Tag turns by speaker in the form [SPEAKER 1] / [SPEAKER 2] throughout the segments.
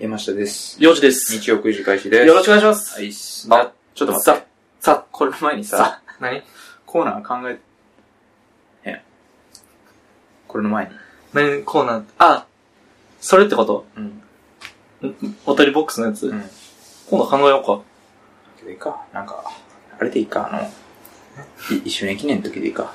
[SPEAKER 1] 山下です。
[SPEAKER 2] 4時です。
[SPEAKER 1] 日曜9時開始です。
[SPEAKER 2] よろしくお願いします。
[SPEAKER 1] はいなちょっと待って。
[SPEAKER 2] さ、さ、
[SPEAKER 1] これ前にさ、
[SPEAKER 2] 何
[SPEAKER 1] コーナー考え、へん。これの前に。
[SPEAKER 2] 何コーナー、あ、それってこと
[SPEAKER 1] うん。
[SPEAKER 2] おたりボックスのやつ、
[SPEAKER 1] うん。
[SPEAKER 2] 今度考えようか。
[SPEAKER 1] けどいいか。なんか、あれでいいか。あの、い一周年記念の時でいいか。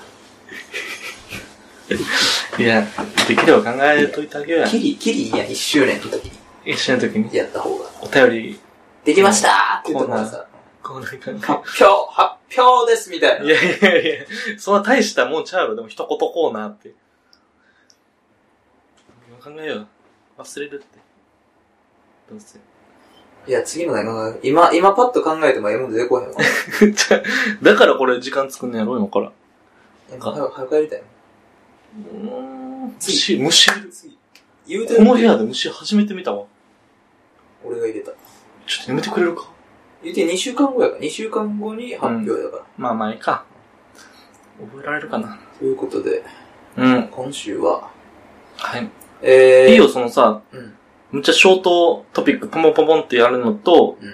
[SPEAKER 2] いや、できれば考えといてあげようや。
[SPEAKER 1] キリ、キリいいやん、一周年の時に
[SPEAKER 2] 一緒の時に。
[SPEAKER 1] やった方が。
[SPEAKER 2] お便り、
[SPEAKER 1] できましたーって言ったら
[SPEAKER 2] コー
[SPEAKER 1] さ、
[SPEAKER 2] コーナー考
[SPEAKER 1] 発表、発表ですみたいな。
[SPEAKER 2] え。いやいやいや、そんな大したもんちゃうよ。でも一言コーナーって。考えよう。忘れるって。どうせ。
[SPEAKER 1] いや、次の何考え今、今パッと考えてもええもん出てこへんわ。
[SPEAKER 2] じゃあだからこれ時間作んねやろ、今から。
[SPEAKER 1] なんか早く早くやりたいな。
[SPEAKER 2] うん。虫、虫。こ
[SPEAKER 1] 次。言うてる
[SPEAKER 2] の部屋で虫初めて見たわ。
[SPEAKER 1] 俺が入れた。
[SPEAKER 2] ちょっとやめてくれるか
[SPEAKER 1] 言うて2週間後やから、2週間後に発表だから。
[SPEAKER 2] まあまあいいか。覚えられるかな。
[SPEAKER 1] ということで、
[SPEAKER 2] うん。
[SPEAKER 1] 今週は、
[SPEAKER 2] はい。
[SPEAKER 1] えー、
[SPEAKER 2] いいよ、そのさ、
[SPEAKER 1] うん
[SPEAKER 2] むっちゃショートトピック、ポンポンポンってやるのと、
[SPEAKER 1] うん。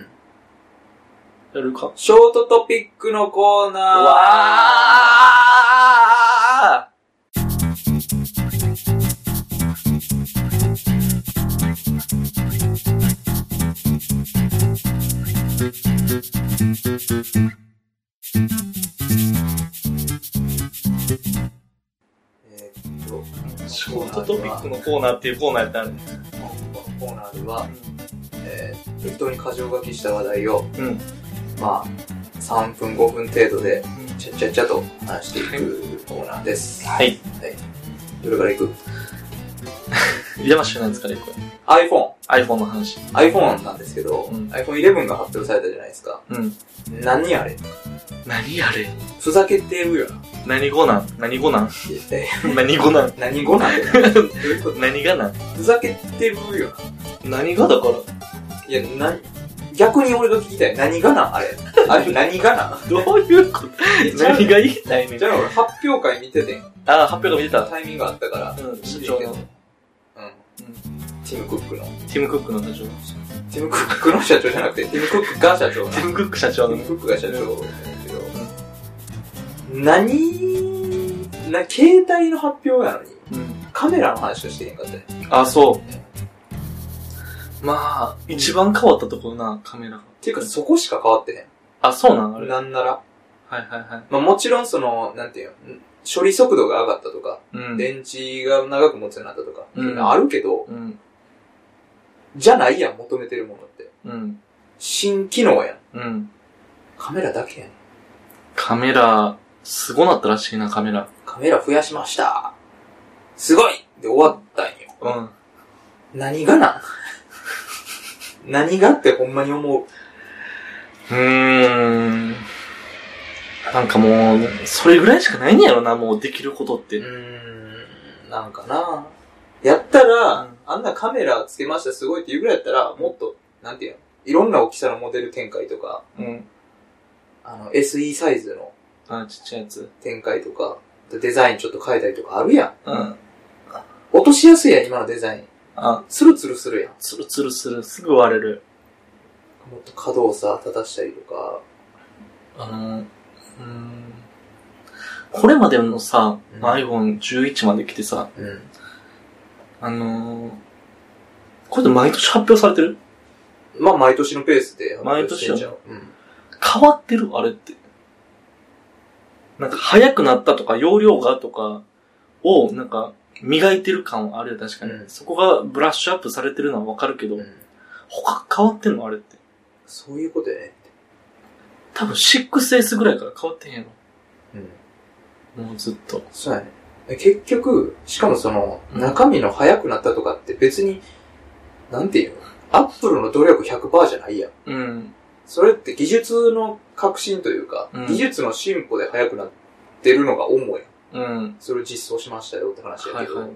[SPEAKER 2] やるか
[SPEAKER 1] ショートトピックのコーナー
[SPEAKER 2] わ
[SPEAKER 1] えーっと、
[SPEAKER 2] ーショートトピックのコーナーっていうコーナーやったらね。
[SPEAKER 1] コーナーでは、えー、適当に箇条書きした話題を、
[SPEAKER 2] うん。
[SPEAKER 1] まあ、3分、5分程度で、ちゃっちゃっちゃと話していくコーナーです。
[SPEAKER 2] はい。
[SPEAKER 1] どれからいく
[SPEAKER 2] 山マシュないですから、これ。
[SPEAKER 1] ?iPhone。
[SPEAKER 2] iPhone の話。
[SPEAKER 1] iPhone なんですけど、
[SPEAKER 2] うん
[SPEAKER 1] iPhone11 が発表されたじゃないですか。
[SPEAKER 2] うん。
[SPEAKER 1] 何あれ
[SPEAKER 2] 何あれ
[SPEAKER 1] ふざけてるよな。
[SPEAKER 2] 何語なん何語なん
[SPEAKER 1] え
[SPEAKER 2] 何語なん
[SPEAKER 1] 何語なんだよどういうこと
[SPEAKER 2] 何がなん
[SPEAKER 1] ふざけてるよな。
[SPEAKER 2] 何がだから
[SPEAKER 1] いや、な、逆に俺が聞きたい。何がなんあれ。あれ何がなん
[SPEAKER 2] どういうこと
[SPEAKER 1] いや
[SPEAKER 2] 何が言いたいねん
[SPEAKER 1] じゃあ俺発表会見ててん。
[SPEAKER 2] ああ、発表が見てた。
[SPEAKER 1] タイミングあったから。
[SPEAKER 2] うん、社長の。
[SPEAKER 1] うん。ティム・クックの。
[SPEAKER 2] ティム・クックの社長。
[SPEAKER 1] ティム・クックの社長じゃなくて、ティム・クックが社長な。
[SPEAKER 2] テ
[SPEAKER 1] テ
[SPEAKER 2] ィム・クック社長
[SPEAKER 1] ィ
[SPEAKER 2] の
[SPEAKER 1] ム・。クックが社長なんだけど。何な、携帯の発表やのに、
[SPEAKER 2] うん。
[SPEAKER 1] カメラの話をしてへんかったね。
[SPEAKER 2] あ、そう。まあ、一番変わったところな、カメラが。
[SPEAKER 1] ていうか、そこしか変わってへん。
[SPEAKER 2] あ、そうなんあれ。はい
[SPEAKER 1] なんなら。
[SPEAKER 2] はいはい。
[SPEAKER 1] まあもちろんその、なんていうの、処理速度が上がったとか、
[SPEAKER 2] うん。
[SPEAKER 1] 電池が長く持つようになったとか、
[SPEAKER 2] うん
[SPEAKER 1] あるけど、
[SPEAKER 2] うん。
[SPEAKER 1] じゃないやん、求めてるものって。
[SPEAKER 2] うん。
[SPEAKER 1] 新機能やん。
[SPEAKER 2] うん。
[SPEAKER 1] カメラだけやん。
[SPEAKER 2] カメラ、すごなったらしいな、カメラ。
[SPEAKER 1] カメラ増やしました。すごいで終わったんよ。
[SPEAKER 2] うん。
[SPEAKER 1] 何が なん何がってほんまに思う。
[SPEAKER 2] うーん。なんかもう、それぐらいしかないんやろな、もうできることっ
[SPEAKER 1] う
[SPEAKER 2] て。
[SPEAKER 1] ーん、なんかなやったら、
[SPEAKER 2] うん
[SPEAKER 1] あんなカメラつけましたすごいって言うぐらいやったら、もっと、なんていうのいろんな大きさのモデル展開とか、
[SPEAKER 2] うん。
[SPEAKER 1] あの、SE サイズの
[SPEAKER 2] あ、ちっちゃいやつ。
[SPEAKER 1] 展開とか、デザインちょっと変えたりとかあるやん。
[SPEAKER 2] うん。
[SPEAKER 1] 落としやすいやん、今のデザイン。
[SPEAKER 2] あ、
[SPEAKER 1] ツルツルするやん。
[SPEAKER 2] ツルツルする。すぐ割れる。
[SPEAKER 1] もっと可動さ立たしたりとか。
[SPEAKER 2] あの、うーん。これまでのさ、
[SPEAKER 1] うん
[SPEAKER 2] iPhone11 まで来てさ、
[SPEAKER 1] うん。
[SPEAKER 2] あのー、これで毎年発表されてる
[SPEAKER 1] まあ、毎年のペースで。
[SPEAKER 2] 毎年
[SPEAKER 1] じゃん。
[SPEAKER 2] や
[SPEAKER 1] うん。
[SPEAKER 2] 変わってるあれって。なんか早くなったとか、容量がとかを、なんか、磨いてる感はあるよ、確かに。
[SPEAKER 1] うん
[SPEAKER 2] そこがブラッシュアップされてるのはわかるけど、
[SPEAKER 1] うん
[SPEAKER 2] 他変わってんのあれって。
[SPEAKER 1] そういうことやね。
[SPEAKER 2] 多分 6S ぐらいから変わってへんや
[SPEAKER 1] うん。
[SPEAKER 2] ろ。もうずっと。
[SPEAKER 1] そうやね。結局、しかもその、
[SPEAKER 2] うん
[SPEAKER 1] 中身の速くなったとかって別に、なんていうのアップルの努力100%じゃないやん。
[SPEAKER 2] うん。
[SPEAKER 1] それって技術の革新というか、
[SPEAKER 2] うん
[SPEAKER 1] 技術の進歩で速くなってるのが主やん。
[SPEAKER 2] うん。
[SPEAKER 1] それを実装しましたよって話や
[SPEAKER 2] は
[SPEAKER 1] け
[SPEAKER 2] い
[SPEAKER 1] ど、
[SPEAKER 2] はい。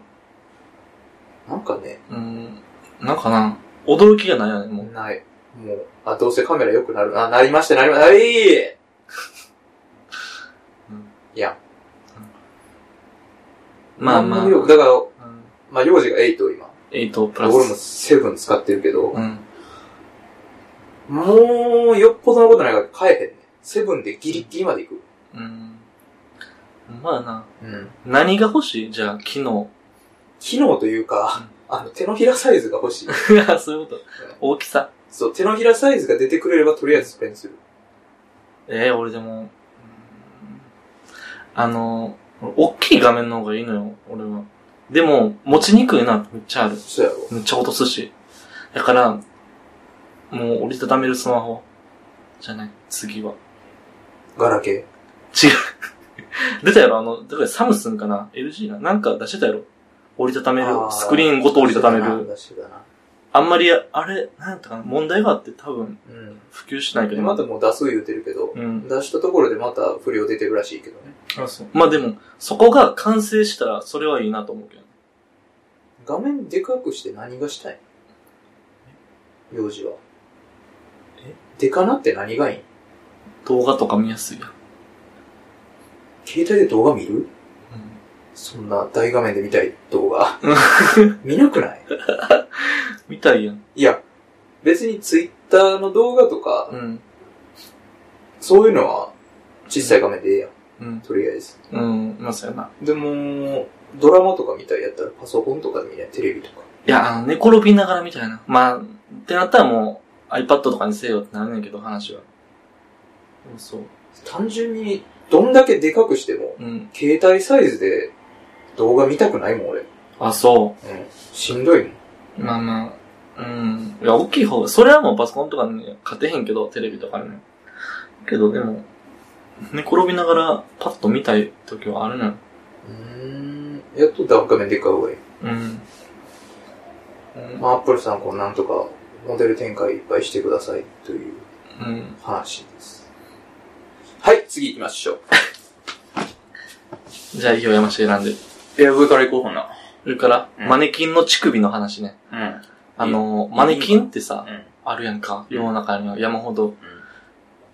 [SPEAKER 1] なんかね、
[SPEAKER 2] うん。なんかな、驚きがないよね、もう。
[SPEAKER 1] ない。もう、あ、どうせカメラ良くなる。あ、なりました、なりました。はい、
[SPEAKER 2] うん
[SPEAKER 1] いや、
[SPEAKER 2] まあまあ。
[SPEAKER 1] なんもよだから、まあ、幼児が8を今、
[SPEAKER 2] 8プラ
[SPEAKER 3] 俺も
[SPEAKER 2] ス。
[SPEAKER 3] セブン使ってるけど、
[SPEAKER 2] うん。
[SPEAKER 3] もう、よっぽどのことないから変えへんね。セブンでギリギリまで行く。
[SPEAKER 2] うん。まあな。
[SPEAKER 3] うん。
[SPEAKER 2] 何が欲しいじゃあ、機能。
[SPEAKER 3] 機能というか、あの、手のひらサイズが欲しい。
[SPEAKER 2] あ そういうこと。大きさ。
[SPEAKER 3] そう、手のひらサイズが出てくれればとりあえずそれにする。
[SPEAKER 2] ええ俺でも、うんあの、大きい画面の方がいいのよ、俺は。でも、持ちにくいな、めっちゃある。
[SPEAKER 3] そうやろ。
[SPEAKER 2] めっちゃ落とすし。だから、もう折りたためるスマホ。じゃない、次は。
[SPEAKER 3] ガラケ
[SPEAKER 2] 出たやろあの、だからサムスンかな ?LG ななんか出してたやろ折りたためる
[SPEAKER 3] あ。ー
[SPEAKER 2] スクリーンご
[SPEAKER 3] ー。
[SPEAKER 2] と折りたため
[SPEAKER 3] そうだ
[SPEAKER 2] る。
[SPEAKER 3] なそうだな
[SPEAKER 2] あんまり、あれ、なんやったかな問題があって多分
[SPEAKER 3] うん。
[SPEAKER 2] 普及しないけど。
[SPEAKER 3] 今でも出す言うてるけど、
[SPEAKER 2] うん。
[SPEAKER 3] 出したところでまた不良出てるらしいけどね。
[SPEAKER 2] あ、そう。まあでも、そこが完成したらそれはいいなと思うけど。
[SPEAKER 3] 画面でかくして何がしたい用事は。
[SPEAKER 2] え
[SPEAKER 3] でかなって何がいいん
[SPEAKER 2] 動画とか見やすいやん。
[SPEAKER 3] 携帯で動画見るそんな大画面で見たい動 画。見なくない
[SPEAKER 2] 見たいやん。
[SPEAKER 3] いや、別にツイッターの動画とか、
[SPEAKER 2] うん。
[SPEAKER 3] そういうのは小さい画面でええやん。
[SPEAKER 2] うん。
[SPEAKER 3] とりあえず。
[SPEAKER 2] うん。まあそうやな。
[SPEAKER 3] でも、ドラマとか見たいやったらパソコンとかで見ない。テレビとか。
[SPEAKER 2] いや、あの、寝転びながらみたいな。まあ、ってなったらもう iPad とかにせよってなるねんけど、話は。そう。
[SPEAKER 3] 単純に、どんだけでかくしても、
[SPEAKER 2] うん。
[SPEAKER 3] 携帯サイズで動画見たくないもん、俺。うん。
[SPEAKER 2] あ、そう。
[SPEAKER 3] しんどいもん。
[SPEAKER 2] まあまあ、うん。いや、大きい方が、それはもうパソコンとかね、勝てへんけど、テレビとかね。けど、でも、寝転びながらパッと見たい時はあるな。
[SPEAKER 3] うーん。やっとダウン画面でっかい方がいい。
[SPEAKER 2] うん。うん。
[SPEAKER 3] まあ、アップルさん、こう、なんとか、モデル展開いっぱいしてください、という
[SPEAKER 2] うん、
[SPEAKER 3] 話です。はい、次行きましょう。
[SPEAKER 2] じゃあ、いいよ、山下選んで。
[SPEAKER 3] いや、上から行こう、ほんな。
[SPEAKER 2] それから、
[SPEAKER 3] うん
[SPEAKER 2] マネキンの乳首の話ね。
[SPEAKER 3] うん。
[SPEAKER 2] あの、マネキンってさ、
[SPEAKER 3] うん
[SPEAKER 2] あるやんか。
[SPEAKER 3] うん
[SPEAKER 2] 世の中には山ほど。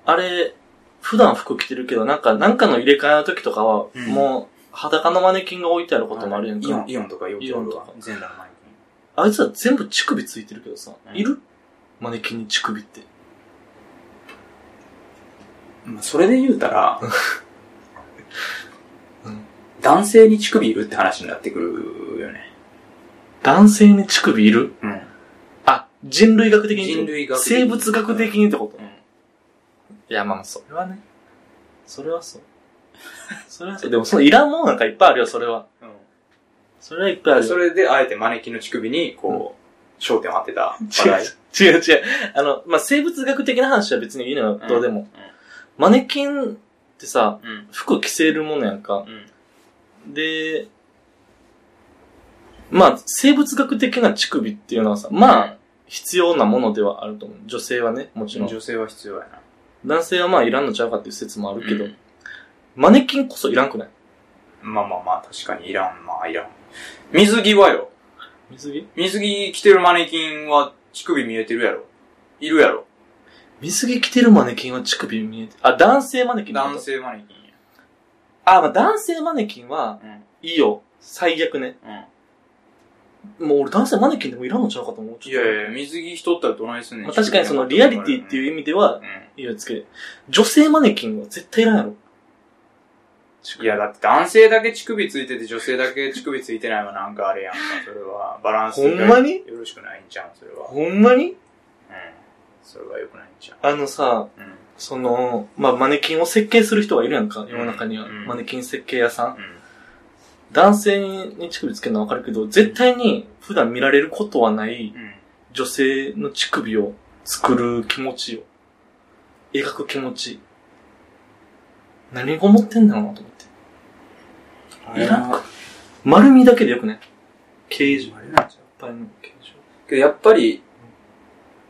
[SPEAKER 2] あれ、普段服着てるけど、なんか、なんかの入れ替えの時とかは、
[SPEAKER 3] うん
[SPEAKER 2] もう、裸のマネキンが置いてあることもあるやんか。
[SPEAKER 3] イオン、イオンとかよく
[SPEAKER 2] イ
[SPEAKER 3] あ
[SPEAKER 2] オン
[SPEAKER 3] る
[SPEAKER 2] と
[SPEAKER 3] わ
[SPEAKER 2] か。
[SPEAKER 3] 全裸の前に。
[SPEAKER 2] あいつら全部乳首ついてるけどさ、
[SPEAKER 3] うん
[SPEAKER 2] いるマネキンに乳首って。
[SPEAKER 1] まあそれで言う たら、
[SPEAKER 2] うん
[SPEAKER 1] 男性に乳首いるって話になってくるよね。
[SPEAKER 2] 男性に乳首いる
[SPEAKER 1] うん。
[SPEAKER 2] あ、人類学的に。
[SPEAKER 3] 人類学的に
[SPEAKER 2] 生物学的にってこと、
[SPEAKER 1] うん
[SPEAKER 2] いや、まあ、それはね。それはそう。それはそう。でも、そのいらんもんなんかいっぱいあるよ、それは。それはいっぱいあるよ
[SPEAKER 1] そ。れで、あえてマネキンの乳首に、こう、焦点を当てた話題。
[SPEAKER 2] 違う違う違う。あの、まあ、生物学的な話は別にいいのよ、 どうでも。マネキンってさ、
[SPEAKER 1] うん。うん。
[SPEAKER 2] 服着せるものやんか。
[SPEAKER 1] うん。
[SPEAKER 2] で、まあ、生物学的な乳首っていうのはさ、まあ、必要なものではあると思う。女性はね、もち
[SPEAKER 1] うん、
[SPEAKER 2] ろん。
[SPEAKER 1] 女性は必要やな。
[SPEAKER 2] 男性はまあ、いらんのちゃうかっていう説もあるけど、
[SPEAKER 1] うん
[SPEAKER 2] マネキンこそいらんくない
[SPEAKER 1] まあまあまあ、確かにいらん、まあいらん。水着はよ。
[SPEAKER 2] 水着
[SPEAKER 1] 水着着てるマネキンは乳首見えてるやろ。いるやろ。
[SPEAKER 2] 水着着てるマネキンは乳首見えて、あ、男性マネキンってこと
[SPEAKER 1] 男。性マネキンや。
[SPEAKER 2] あ、まあ、男性マネキンは、いいよ。最悪ね。
[SPEAKER 1] うん。うん。
[SPEAKER 2] もう俺男性マネキンでもいらんのちゃうかと思う。
[SPEAKER 1] いやいや、水着着とったらどないすんねん。
[SPEAKER 2] まあ、確かにそのリアリティっていう意味では、
[SPEAKER 1] う
[SPEAKER 2] いいよつける。女性マネキンは絶対いらんやろ。
[SPEAKER 1] ん。いや、だって男性だけ乳首ついてて女性だけ乳首ついてないはなんかあれやんか、それは。バランスが
[SPEAKER 2] ほんまに
[SPEAKER 1] よろしくないんちゃうん、それは。うん。
[SPEAKER 2] ほんまに
[SPEAKER 1] それは良くないんちゃ
[SPEAKER 2] あのさ、
[SPEAKER 1] う。うん。
[SPEAKER 2] その、まあ、マネキンを設計する人がいるやんか、世の中には。
[SPEAKER 1] うん
[SPEAKER 2] マネキン設計屋さん。
[SPEAKER 1] うん。
[SPEAKER 2] 男性に乳首つけるのはわかるけど、絶対に普段見られることはない
[SPEAKER 1] うん。
[SPEAKER 2] 女性の乳首を作る気持ちを、描く気持ち。何が思ってんだろうなと思って。
[SPEAKER 1] あ
[SPEAKER 2] れ
[SPEAKER 1] れ
[SPEAKER 2] な
[SPEAKER 1] な。
[SPEAKER 2] 丸みだけでよくね。形状。いっ
[SPEAKER 1] なんちゃう
[SPEAKER 2] ぱいの形状。
[SPEAKER 1] けどやっぱり、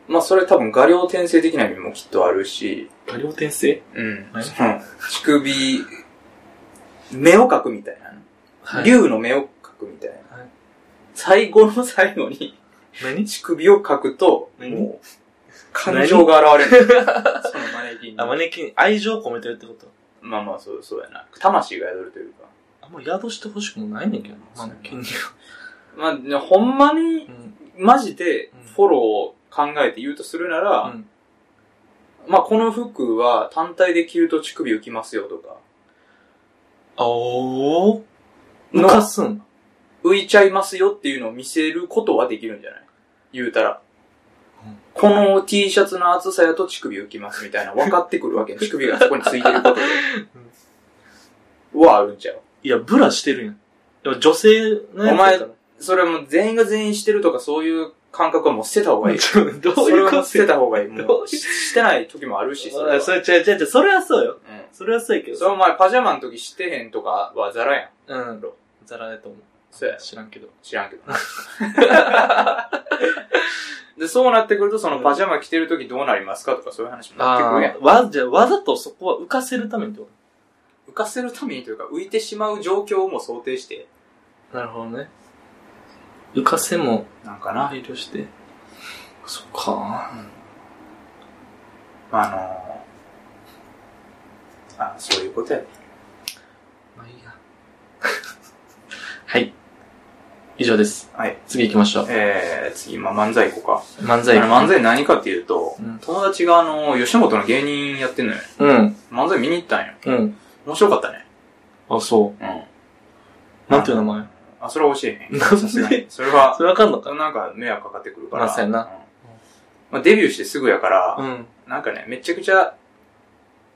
[SPEAKER 1] まあそれ多分画量転生的な意味もきっとあるし、
[SPEAKER 2] 多量転生
[SPEAKER 1] うん
[SPEAKER 2] はい
[SPEAKER 1] その乳首、目を描くみたいな。
[SPEAKER 2] はい。
[SPEAKER 1] 竜の目を描くみたいな。
[SPEAKER 2] はい
[SPEAKER 1] 最後の最後に、
[SPEAKER 2] 何
[SPEAKER 1] 乳首を描くと、
[SPEAKER 2] 何
[SPEAKER 1] もう、感情が現れる。そのマネキンに。
[SPEAKER 2] あ、マネキン、愛情込めてるってこと
[SPEAKER 1] まあまあ、そう、そうやな。魂が宿るというか。
[SPEAKER 2] あんま宿してほしくもないねんけどな、マネキンには。
[SPEAKER 1] まあ、ねほんまに、
[SPEAKER 2] うん。
[SPEAKER 1] マジで
[SPEAKER 2] うん、
[SPEAKER 1] フォローを考えて言うとするなら、
[SPEAKER 2] うん
[SPEAKER 1] まあ、この服は単体で着ると乳首浮きますよとか、
[SPEAKER 2] あおー。
[SPEAKER 1] の
[SPEAKER 2] 浮かすん。
[SPEAKER 1] 浮いちゃいますよっていうのを見せることはできるんじゃない言うたら
[SPEAKER 2] うん。
[SPEAKER 1] この T シャツの厚さやと乳首浮きますみたいな分かってくるわ け。乳首がそこについてることで。はあるんちゃう
[SPEAKER 2] いや、ブラしてるやん。でも女性の
[SPEAKER 1] お
[SPEAKER 2] やつ
[SPEAKER 1] 前、それはもう全員が全員してるとかそういう感覚はもう捨てた方がいい。
[SPEAKER 2] ちょどう
[SPEAKER 1] そ
[SPEAKER 2] い
[SPEAKER 1] れ
[SPEAKER 2] う
[SPEAKER 1] は
[SPEAKER 2] こ
[SPEAKER 1] も
[SPEAKER 2] と
[SPEAKER 1] う捨てた方がいい。
[SPEAKER 2] どう
[SPEAKER 1] も
[SPEAKER 2] いう
[SPEAKER 1] うししてない時もあるし、それは。
[SPEAKER 2] それ、違う違う違う、それはそうよ。
[SPEAKER 1] うん
[SPEAKER 2] それはそうやけ
[SPEAKER 1] それ
[SPEAKER 2] ど。
[SPEAKER 1] お前パジャマの時してへんとかはザラやん。
[SPEAKER 2] うん。ザラだと思う。
[SPEAKER 1] そうや。
[SPEAKER 2] 知らんけど。
[SPEAKER 1] 知らんけど。 で、そうなってくると、そのパジャマ着てる時どうなりますかとかそういう話もなってくるや
[SPEAKER 2] ああ、わ、じゃあわざとそこは浮かせるためにってこ
[SPEAKER 1] ん。浮かせるためにというか、浮いてしまう状況も想定して、
[SPEAKER 2] となるほどね。浮かせも
[SPEAKER 1] なんかな。
[SPEAKER 2] 配慮して。そっか。
[SPEAKER 1] あのー、あ、そういうことやね。
[SPEAKER 2] まあいいや。はい。以上です。
[SPEAKER 1] はい。
[SPEAKER 2] 次行きましょう。
[SPEAKER 1] えー、次、まあ、漫才行こう
[SPEAKER 2] 漫
[SPEAKER 1] か。
[SPEAKER 2] 才。
[SPEAKER 1] あの漫才何かっていうと、
[SPEAKER 2] うん
[SPEAKER 1] 友達があの、吉本の芸人やってんのよ。
[SPEAKER 2] うん。
[SPEAKER 1] 漫才見に行ったんよ。
[SPEAKER 2] うん。
[SPEAKER 1] 面白かったね。
[SPEAKER 2] あ、そうう。なんていう名前
[SPEAKER 1] ん。あ、それは教えへん。
[SPEAKER 2] なんで
[SPEAKER 1] さすがに。それは
[SPEAKER 2] そ、れわかんのか
[SPEAKER 1] なんか迷惑かかってくるから。
[SPEAKER 2] まあそうやなん
[SPEAKER 1] まあ、デビューしてすぐやから、
[SPEAKER 2] うん。
[SPEAKER 1] なんかね、めちゃくちゃ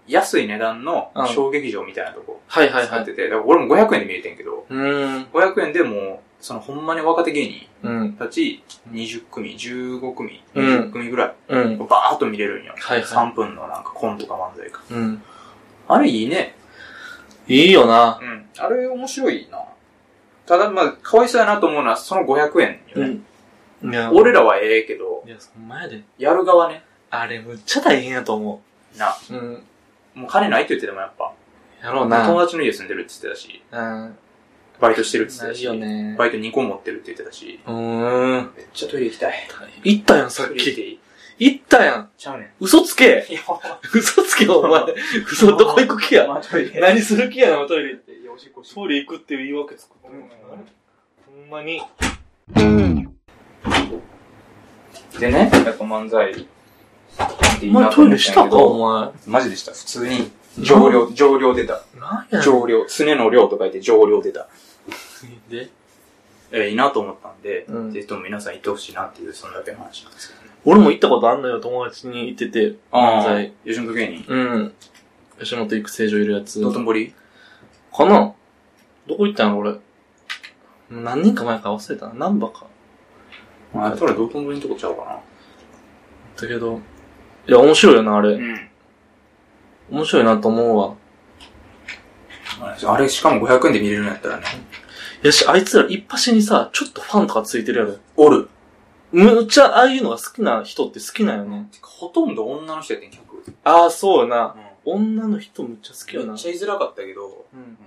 [SPEAKER 1] 安い値段の
[SPEAKER 2] うん
[SPEAKER 1] 小劇場みたいなとこ
[SPEAKER 2] はいはい
[SPEAKER 1] 使
[SPEAKER 2] は
[SPEAKER 1] っ
[SPEAKER 2] い。
[SPEAKER 1] てて、だから俺も500円で見えてんけど、
[SPEAKER 2] うーん。
[SPEAKER 1] 500円でもう、そのほんまに若手芸人
[SPEAKER 2] うん。
[SPEAKER 1] たち20組、15組、
[SPEAKER 2] うん
[SPEAKER 1] 20組ぐらい、
[SPEAKER 2] うん。
[SPEAKER 1] バーっと見れるんよ。
[SPEAKER 2] はいは
[SPEAKER 1] 3分のなんかコントか漫才か。
[SPEAKER 2] い。うん。
[SPEAKER 1] あれいいね。
[SPEAKER 2] いいよな。
[SPEAKER 1] うん。あれ面白いな。ただまあ、かわいそうやなと思うのはその500円よね。
[SPEAKER 2] ん。いや、
[SPEAKER 1] 俺らはええけど、
[SPEAKER 2] いや、ほんまやで。
[SPEAKER 1] やる側ね。
[SPEAKER 2] あれ、むっちゃ大変やと思
[SPEAKER 1] な。
[SPEAKER 2] う。うん。
[SPEAKER 1] もう金ないって言っててもやっぱ。
[SPEAKER 2] やろうな。
[SPEAKER 1] 友達の家住んでるって言ってたし、
[SPEAKER 2] うん。
[SPEAKER 1] バイトしてるって言
[SPEAKER 2] な
[SPEAKER 1] ってた
[SPEAKER 2] い
[SPEAKER 1] し、
[SPEAKER 2] よね。
[SPEAKER 1] バイト2個持ってるって言ってたし、
[SPEAKER 2] うーん。
[SPEAKER 1] めっちゃトイレ行きたい。
[SPEAKER 2] 行ったやん、さ
[SPEAKER 1] ト
[SPEAKER 2] っ
[SPEAKER 1] イレ行って
[SPEAKER 2] き。
[SPEAKER 1] いい
[SPEAKER 2] 行ったやん。
[SPEAKER 1] ちゃうねん。
[SPEAKER 2] 嘘つけ。
[SPEAKER 1] いや、ほんま
[SPEAKER 2] 嘘つけ、お前。嘘、どこ行く気 や。
[SPEAKER 1] まあトイレ。
[SPEAKER 2] 何する気やな、おトイレ行って。
[SPEAKER 1] いや、おしっこし
[SPEAKER 2] トイレ行くっていう言い訳作って
[SPEAKER 1] るのかな
[SPEAKER 2] ほんまに。
[SPEAKER 1] でね、やっぱ漫才ってい
[SPEAKER 2] お
[SPEAKER 1] いな
[SPEAKER 2] 前
[SPEAKER 1] と
[SPEAKER 2] トイ
[SPEAKER 1] 思
[SPEAKER 2] レ
[SPEAKER 1] っ
[SPEAKER 2] した
[SPEAKER 1] ん
[SPEAKER 2] た
[SPEAKER 1] やけ
[SPEAKER 2] か
[SPEAKER 1] ど
[SPEAKER 2] お前。
[SPEAKER 1] マジでした。普通に、上量、上量出た。
[SPEAKER 2] なんやねん。
[SPEAKER 1] 上量、すねの量と書いて上量出た。
[SPEAKER 2] で
[SPEAKER 1] え、いいなと思ったんで、
[SPEAKER 2] うん
[SPEAKER 1] ぜひとも皆さん行ってほしいなっていう、そんだけの話なんですけどね。
[SPEAKER 2] 俺も行ったことあんのよ、友達に行ってて。漫
[SPEAKER 1] あ
[SPEAKER 2] 才。
[SPEAKER 1] ー。吉本芸人。
[SPEAKER 2] うん。吉本育成所いるやつ。
[SPEAKER 1] 道頓堀
[SPEAKER 2] かなどこ行ったんやろ、俺。もう何年か前か忘れたな。何波か。
[SPEAKER 1] あ、たら道頓堀のとこちゃうか
[SPEAKER 2] だけど。いや、面白いよな、あ
[SPEAKER 1] な。
[SPEAKER 2] れ。
[SPEAKER 1] ん。
[SPEAKER 2] 面白いなと思うわ。
[SPEAKER 1] あれ、しかも500円で見れるんやったらね。
[SPEAKER 2] やし、あいつら一発にさ、ちょっとファンとかついてるやろ。
[SPEAKER 1] おる。
[SPEAKER 2] むっちゃ、ああいうのが好きな人って好きなんよね。
[SPEAKER 1] てかほとんど女の人やってん、客。うん。
[SPEAKER 2] ああ、そうよな。女の人むっちゃ好きよ
[SPEAKER 1] め
[SPEAKER 2] な
[SPEAKER 1] っ。ちゃ居づらかったけど、
[SPEAKER 2] うん。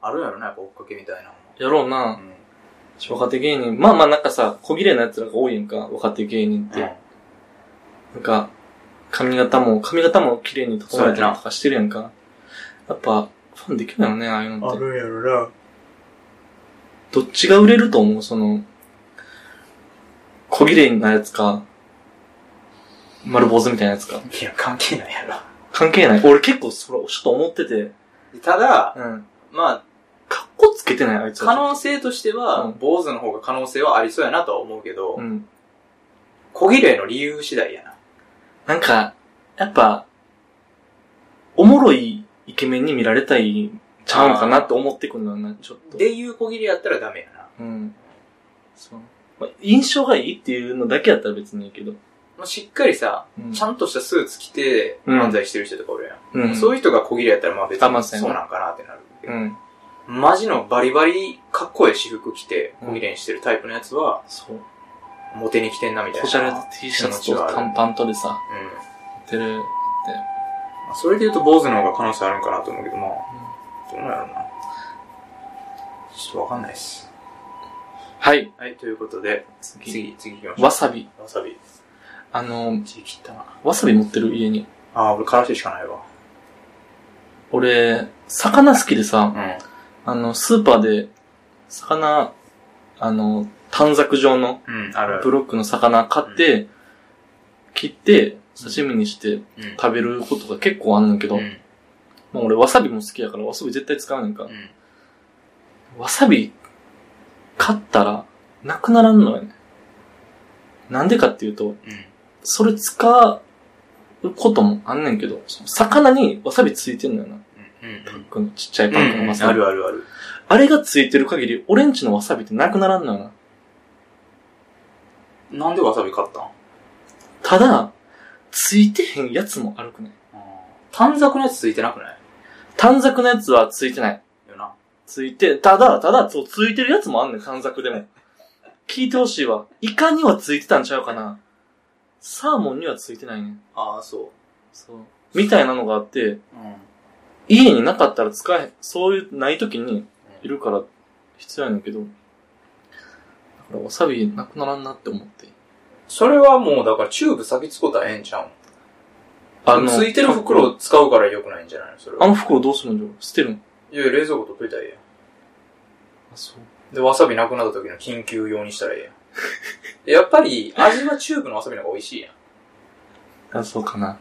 [SPEAKER 1] あるやろな、やっぱ追っかけみたいな
[SPEAKER 2] やろうな。
[SPEAKER 1] のも。うん。
[SPEAKER 2] 若手芸人。まあまあなんかさ、小切れな奴らが多いやんか。若手芸人って。
[SPEAKER 1] で、
[SPEAKER 2] なんか、髪型も、髪型も綺麗に整えたりとかしてるやんか。やっぱ、ファンできるんやろね、ああいうのって。
[SPEAKER 3] るやろな。
[SPEAKER 2] どっちが売れると思うその、小切れなやつか、丸坊主みたいなやつか。
[SPEAKER 1] いや、関係ないやろ。
[SPEAKER 2] 関係ない。俺結構それ、ちょっと思ってて。
[SPEAKER 1] で ただ、
[SPEAKER 2] うん。
[SPEAKER 1] まあ、
[SPEAKER 2] かっこつけてない、あいつ
[SPEAKER 1] 可
[SPEAKER 2] は。
[SPEAKER 1] 能性として
[SPEAKER 2] う
[SPEAKER 1] は
[SPEAKER 2] ん、
[SPEAKER 1] 坊主の方が可能性はありそうやなとは思うけど
[SPEAKER 2] う、ん。
[SPEAKER 1] 小綺麗の理由次第やな。
[SPEAKER 2] なんか、やっぱ、おもろいイケメンに見られたいちゃうんかなって思ってくるのはな、ちょっと。
[SPEAKER 1] でいう小綺麗やったらダメやな。
[SPEAKER 2] うん。そう。まあ、印象がいいっていうのだけやったら別にいいけど。
[SPEAKER 1] もうしっかりさ、
[SPEAKER 2] うん
[SPEAKER 1] ちゃんとしたスーツ着て
[SPEAKER 2] うん
[SPEAKER 1] 漫才してる人とかおるやん。
[SPEAKER 2] うん。
[SPEAKER 1] そういう人が小切れやったらまあ別
[SPEAKER 2] あまあ
[SPEAKER 1] に
[SPEAKER 2] そうや
[SPEAKER 1] そ
[SPEAKER 2] な
[SPEAKER 1] うなんかなってなるけど。
[SPEAKER 2] うん。
[SPEAKER 1] マジのバリバリかっこいい私服着て小切れにしてるタイプのやつは、
[SPEAKER 2] そう。
[SPEAKER 1] モテに着てんなみたいな。
[SPEAKER 2] おしゃれな T シャツと短パンとでさ、
[SPEAKER 1] うん。
[SPEAKER 2] てる。
[SPEAKER 1] まあそれで言うと坊主の方が可能性あるんかなと思うけど、まあ、どうなんやろうな。ちょっとわかんないっす。
[SPEAKER 2] はい。
[SPEAKER 1] はい、ということで、
[SPEAKER 2] 次。
[SPEAKER 1] 次、次行きましょ
[SPEAKER 2] わさび。
[SPEAKER 1] う。わさび。
[SPEAKER 2] あの、
[SPEAKER 1] ち切ったな。
[SPEAKER 2] わさび持ってる家に。
[SPEAKER 1] ああ、俺からししかないわ。
[SPEAKER 2] 俺、魚好きでさ、
[SPEAKER 1] うん。
[SPEAKER 2] あの、スーパーで、魚、あの、短冊状の
[SPEAKER 1] うん、あるある。
[SPEAKER 2] ブロックの魚買って、切って、刺身にし
[SPEAKER 1] う
[SPEAKER 2] て
[SPEAKER 1] ん
[SPEAKER 2] 食べることが結構あんねんけど、
[SPEAKER 1] うん。
[SPEAKER 2] まあ俺わさびも好きやからわさび絶対使わねんか
[SPEAKER 1] う。ん。
[SPEAKER 2] わさび、買ったら、なくならんのよね。なんでかっていうと、
[SPEAKER 1] うん。
[SPEAKER 2] それ使うこともあんねんけど、その魚にわさびついてんのよな。
[SPEAKER 1] うん。
[SPEAKER 2] パックの、ちっちゃいパックのわさ
[SPEAKER 1] あ
[SPEAKER 2] び。
[SPEAKER 1] るあるある。
[SPEAKER 2] あれがついてる限り、オレンジのわさびってなくならんのよな。
[SPEAKER 1] なんでわさび買ったん
[SPEAKER 2] ただ、ついてへんやつもあるくない
[SPEAKER 1] 短冊のやつついてなくない
[SPEAKER 2] 短冊のやつはついてない。
[SPEAKER 1] よな。
[SPEAKER 2] ついて、ただ、ただ、そう、ついてるやつもあんねん、短冊でも。聞いてほしいわ。イカにはついてたんちゃうかな。サーモンにはついてないねん。
[SPEAKER 1] ああ、そ
[SPEAKER 2] そう。みたいなのがあって、
[SPEAKER 1] う。うん。
[SPEAKER 2] 家になかったら使えへん、そういう、ない時に、いるから、必要やねんけど。だから、わさびなくならんなって思って。
[SPEAKER 1] それはもう、だからチューブ先使うたらええんちゃうんついてる袋を使うから良くないんじゃないのそれ
[SPEAKER 2] あ
[SPEAKER 1] は。
[SPEAKER 2] の袋どうするんじゃ捨てるの
[SPEAKER 1] いや、冷蔵庫取っといたらええや
[SPEAKER 2] あ、そう。
[SPEAKER 1] ん。で、わさびなくなった時の緊急用にしたらええやん。やっぱり、味はチューブのわさびの方が美味しいやん。
[SPEAKER 2] あ、そうかな。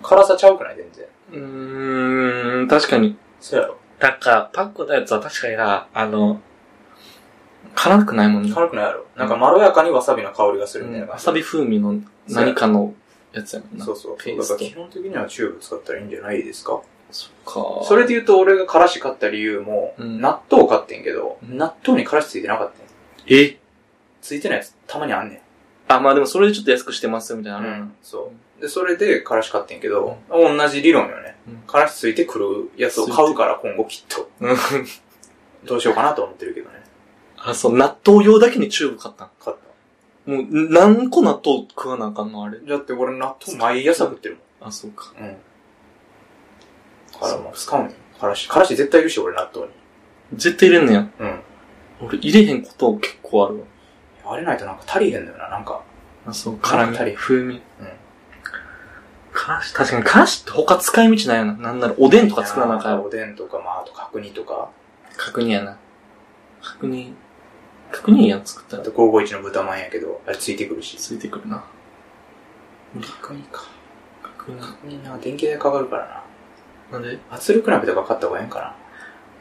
[SPEAKER 1] 辛さちゃうくない全然。
[SPEAKER 2] うーん、確かに。
[SPEAKER 1] そうやろ。
[SPEAKER 2] だから、パックのやつは確かにな、あの、辛くないもんね。
[SPEAKER 1] 辛くないやろ。なんかまろやかにわさびの香りがするみたいな
[SPEAKER 2] わ
[SPEAKER 1] 感じ。
[SPEAKER 2] さび風味の何かのやつやもんな。
[SPEAKER 1] そうそう。
[SPEAKER 2] ペ
[SPEAKER 1] だ
[SPEAKER 2] ース
[SPEAKER 1] か
[SPEAKER 2] ト
[SPEAKER 1] ら基本的にはチューブ使ったらいいんじゃないですか
[SPEAKER 2] そっか。
[SPEAKER 1] それで言うと俺がからし買った理由も、
[SPEAKER 2] うん
[SPEAKER 1] 納豆買ってんけど、
[SPEAKER 2] うん
[SPEAKER 1] 納豆にからしついてなかったん
[SPEAKER 2] え
[SPEAKER 1] ついてないやつたまにあんねん。
[SPEAKER 2] あ、まあでもそれでちょっと安くしてますみたいな。
[SPEAKER 1] うん、そう。で、それで、からし買ってんけど、同じ理論よね
[SPEAKER 2] うん。
[SPEAKER 1] からしついてくるやつを買うから、今後きっ と。
[SPEAKER 2] うん。
[SPEAKER 1] どうしようかなと思ってるけどね。
[SPEAKER 2] あ、そう、納豆用だけにチューブ買ったん
[SPEAKER 1] 買っ
[SPEAKER 2] もう、何個納豆食わなあかんのあれ。
[SPEAKER 1] た。だって俺納豆毎朝食ってる
[SPEAKER 2] あ、そうか。
[SPEAKER 1] もん。うん。からもう使うねん。からし。からし絶対いるし、俺納豆に。
[SPEAKER 2] 絶対入れんねや。
[SPEAKER 1] うん。
[SPEAKER 2] 俺入れへんこと結構あるわ。
[SPEAKER 1] あれないとなんか足りへんのよな、なんか。
[SPEAKER 2] あ、そう、
[SPEAKER 1] 辛
[SPEAKER 2] 辛
[SPEAKER 1] み
[SPEAKER 2] み。風味。うん
[SPEAKER 1] うん。
[SPEAKER 2] からし、確かにからしって他使い道ないよな。なんならおでんとか作らなあかんやろ。
[SPEAKER 1] おでんとか、まあ、あと角煮とか、
[SPEAKER 2] 確認やな。確認。確認やん、作った
[SPEAKER 1] あ
[SPEAKER 2] ら
[SPEAKER 1] と。551の豚まんやけど、あれついてくるし。
[SPEAKER 2] ついてくるな。
[SPEAKER 1] 角煮か。
[SPEAKER 2] 確認。
[SPEAKER 1] 角煮な、電気代かかるからな。
[SPEAKER 2] なんで
[SPEAKER 1] 圧力鍋とか買った方がええんかな。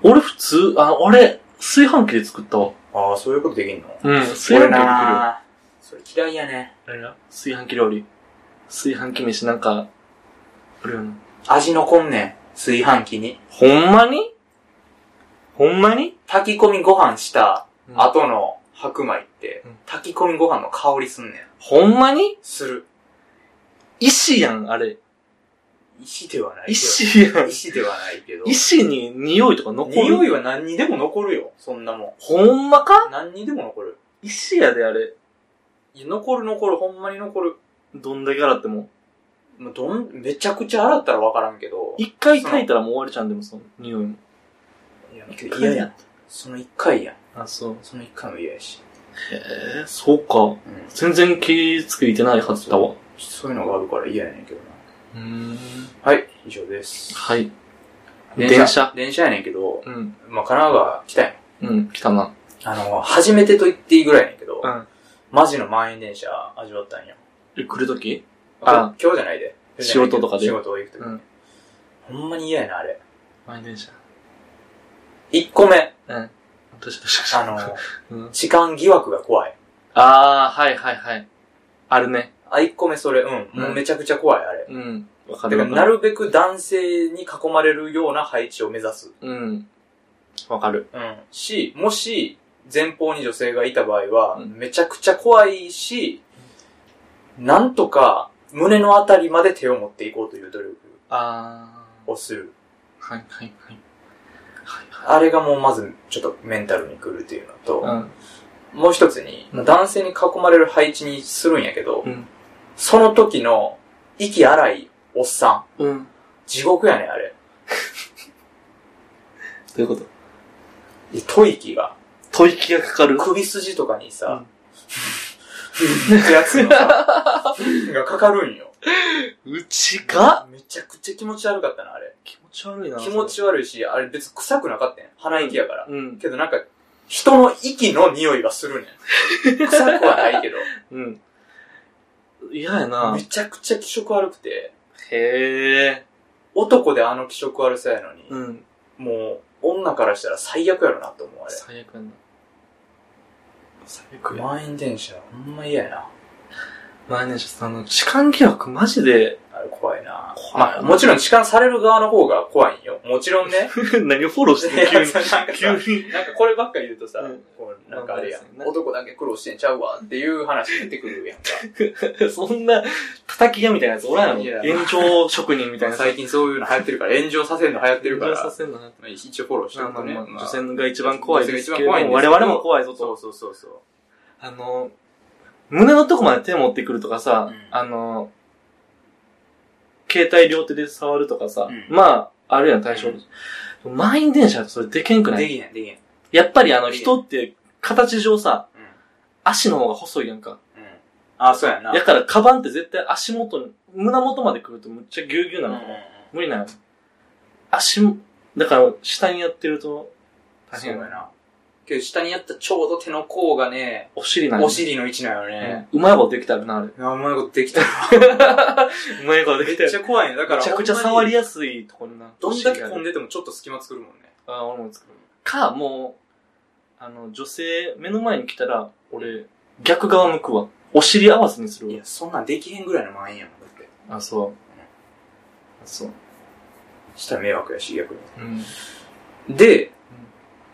[SPEAKER 2] 俺普通、あ、俺、炊飯器で作ったわ。
[SPEAKER 1] ああ、そういうことできんの
[SPEAKER 2] うん、炊飯器でできるよ。
[SPEAKER 1] ぁ。それ嫌いやね。
[SPEAKER 2] あれな炊飯器料理。炊飯器飯なんか、あるよな。
[SPEAKER 1] 味残んねん。炊飯器に。
[SPEAKER 2] ほんまにほんまに
[SPEAKER 1] 炊き込みご飯した
[SPEAKER 2] うん
[SPEAKER 1] 後の白米って
[SPEAKER 2] うん、
[SPEAKER 1] 炊き込みご飯の香りすんねん。
[SPEAKER 2] ほんまに
[SPEAKER 1] する。
[SPEAKER 2] 石やん、あれ。
[SPEAKER 1] 石ではないけど。
[SPEAKER 2] 石やん。
[SPEAKER 1] 石ではないけど。
[SPEAKER 2] 石に匂いとか残る。
[SPEAKER 1] 匂いは何にでも残るよ。そんなも
[SPEAKER 2] ほんまか
[SPEAKER 1] ん。何にでも残る。
[SPEAKER 2] 石やで、あれ。
[SPEAKER 1] いや、残る残る、ほんまに残る。
[SPEAKER 2] どんだけ洗っても。
[SPEAKER 1] もうどん、めちゃくちゃ洗ったらわからんけど。
[SPEAKER 2] 一回炊いたらもう終わりちゃうんでも、その匂いも。
[SPEAKER 1] いや、けど嫌やん。その一回やん。
[SPEAKER 2] あ、そう。
[SPEAKER 1] その一回も嫌やし。
[SPEAKER 2] へえ、そうか。
[SPEAKER 1] うん。
[SPEAKER 2] 全然気付いてないはずだわ。
[SPEAKER 1] そういうのがあるから嫌やねんけどな。
[SPEAKER 2] うーん。
[SPEAKER 1] はい、以上です。
[SPEAKER 2] はい。
[SPEAKER 1] 電
[SPEAKER 2] 電
[SPEAKER 1] 車
[SPEAKER 2] 車。
[SPEAKER 1] 電車やねんけど、
[SPEAKER 2] うん。
[SPEAKER 1] まあ、神奈川来たやん。
[SPEAKER 2] うん、来たな。
[SPEAKER 1] あの、初めてと言っていいぐらいやねんけど、
[SPEAKER 2] うん。
[SPEAKER 1] マジの満員電車味わったんや。
[SPEAKER 2] え、来るとき
[SPEAKER 1] あ
[SPEAKER 2] あ、
[SPEAKER 1] 今日じゃないで。今日じゃないけど
[SPEAKER 2] 仕事とかで
[SPEAKER 1] 仕事行くとき、
[SPEAKER 2] うん
[SPEAKER 1] ほんまに嫌やな、あれ。
[SPEAKER 2] 満員電車。
[SPEAKER 1] 1個目、
[SPEAKER 2] うん。確かし
[SPEAKER 1] あ の、
[SPEAKER 2] うん。
[SPEAKER 1] 時間疑惑が怖い。
[SPEAKER 2] あー、はいはいはい。あるね。
[SPEAKER 1] あ、1個目それ、うん。もうめちゃくちゃ怖い、あれ。
[SPEAKER 2] うん。わか
[SPEAKER 1] だ
[SPEAKER 2] る
[SPEAKER 1] か
[SPEAKER 2] わ
[SPEAKER 1] ら
[SPEAKER 2] かる。
[SPEAKER 1] なるべく男性に囲まれるような配置を目指す。
[SPEAKER 2] うん。わかる。
[SPEAKER 1] うん。し、もし、前方に女性がいた場合は、
[SPEAKER 2] うん
[SPEAKER 1] めちゃくちゃ怖いし、なんとか、胸のあたりまで手を持っていこうという努力
[SPEAKER 2] あー。
[SPEAKER 1] をする。
[SPEAKER 2] はいはいはい。はい
[SPEAKER 1] あれがもうまず、ちょっとメンタルに来るっていうのと、
[SPEAKER 2] はい。
[SPEAKER 1] もう一つに、
[SPEAKER 2] うん
[SPEAKER 1] 男性に囲まれる配置にするんやけど、
[SPEAKER 2] うん
[SPEAKER 1] その時の、息荒いおっさん、
[SPEAKER 2] うん。うん。ど
[SPEAKER 1] 地獄やねん、あれ。
[SPEAKER 2] ういうこと
[SPEAKER 1] 吐息が、
[SPEAKER 2] 吐息がかかる。
[SPEAKER 1] 首筋とかに
[SPEAKER 2] う
[SPEAKER 1] さ
[SPEAKER 2] ん、
[SPEAKER 1] ってやつのさ、がかかるんよ。
[SPEAKER 2] うちが
[SPEAKER 1] めちゃくちゃ気持ち悪かったな、あれ。
[SPEAKER 2] 気持ち悪いな。
[SPEAKER 1] 気持ち悪いし、あれ別に臭くなかったん。鼻息やから。
[SPEAKER 2] うん。
[SPEAKER 1] けどなんか、人の息の匂いがする ねん。臭くはないけど。
[SPEAKER 2] うん。嫌やな
[SPEAKER 1] めちゃくちゃ気色悪くて、
[SPEAKER 2] へえ。
[SPEAKER 1] 男であの気色悪さやのに、
[SPEAKER 2] うん。
[SPEAKER 1] もう女からしたら最悪やろなと思う、あれ。
[SPEAKER 2] 最悪やな。最悪や。
[SPEAKER 1] 満員電車、ほんま嫌やな。
[SPEAKER 2] 前ね、ちょっとあの、痴漢疑惑マジで、
[SPEAKER 1] あれ怖いな。
[SPEAKER 2] 怖い
[SPEAKER 1] まあ、もちろん痴漢される側の方が怖いんよ。もちろん ね。
[SPEAKER 2] 何をフォローしてんの
[SPEAKER 1] いやそれ なんか
[SPEAKER 2] 急
[SPEAKER 1] さ
[SPEAKER 2] に。急に。
[SPEAKER 1] なんかこればっかり言うとさ、
[SPEAKER 2] うん
[SPEAKER 1] こうなんかあれや
[SPEAKER 2] まあまあ
[SPEAKER 1] ん、
[SPEAKER 2] ね
[SPEAKER 1] 男だけ苦労してんちゃうわっていう話出てくるやんか。
[SPEAKER 2] そんな、叩き屋みたいなやつおらん
[SPEAKER 1] い
[SPEAKER 2] や
[SPEAKER 1] や
[SPEAKER 2] ろ。延長職人みたいな
[SPEAKER 1] 最近そういうの流行ってるから、炎上させるの流行ってるか
[SPEAKER 2] 炎上
[SPEAKER 1] ら
[SPEAKER 2] さ、せんのな。
[SPEAKER 1] まあ一応フォローして
[SPEAKER 2] まあ
[SPEAKER 1] る
[SPEAKER 2] まあ
[SPEAKER 1] とね。
[SPEAKER 2] まあ、
[SPEAKER 1] まあ
[SPEAKER 2] 女性が一番怖いですけれど
[SPEAKER 1] 女性が一番怖いん
[SPEAKER 2] も、
[SPEAKER 1] ですけ
[SPEAKER 2] 我
[SPEAKER 1] ど
[SPEAKER 2] 々も怖いぞ
[SPEAKER 1] そ
[SPEAKER 2] と。
[SPEAKER 1] うそうそうそう。
[SPEAKER 2] あの、胸のとこまで手持ってくるとかさ、
[SPEAKER 1] うん
[SPEAKER 2] あの、携帯両手で触るとかさ、
[SPEAKER 1] うん
[SPEAKER 2] まあ、あるやん、対象、満員電車だとそれでけんくな
[SPEAKER 1] で
[SPEAKER 2] い
[SPEAKER 1] きへん、できへん。
[SPEAKER 2] やっぱりあの、
[SPEAKER 1] できへん
[SPEAKER 2] 人って、形上さ、
[SPEAKER 1] うん
[SPEAKER 2] 足の方が細いやんか。
[SPEAKER 1] うん。あ、そうやな。
[SPEAKER 2] やから、カバンって絶対足元に、胸元まで来るとむっちゃぎゅうぎゅうなの。無理なの。足も、だから、下にやってると、大
[SPEAKER 1] そう
[SPEAKER 2] 変
[SPEAKER 1] や
[SPEAKER 2] やな。
[SPEAKER 1] な。けど下にやったちょうど手の甲がね、
[SPEAKER 2] お尻なんや
[SPEAKER 1] お尻の位置なのね。
[SPEAKER 2] うんうまいことできたらな、あれ。
[SPEAKER 1] いやお前ことできた。
[SPEAKER 2] うまいこと
[SPEAKER 1] めっちゃ怖いね。だから、
[SPEAKER 2] めちゃくちゃ触りやすいとこにな。
[SPEAKER 1] ほんまにどんだけ混ん
[SPEAKER 2] で
[SPEAKER 1] でてもちょっと隙間作るもんね。
[SPEAKER 2] あ、俺も作る。か、もう、あの、女性、目の前に来たら、俺、逆側向くわ。お尻合わせにす
[SPEAKER 1] い
[SPEAKER 2] る
[SPEAKER 1] や、そんなんできへんぐらいの満員やもん、だって。
[SPEAKER 2] わ。あ、そう。あそう。
[SPEAKER 1] したら迷惑やし、逆に。
[SPEAKER 2] うん。
[SPEAKER 1] で、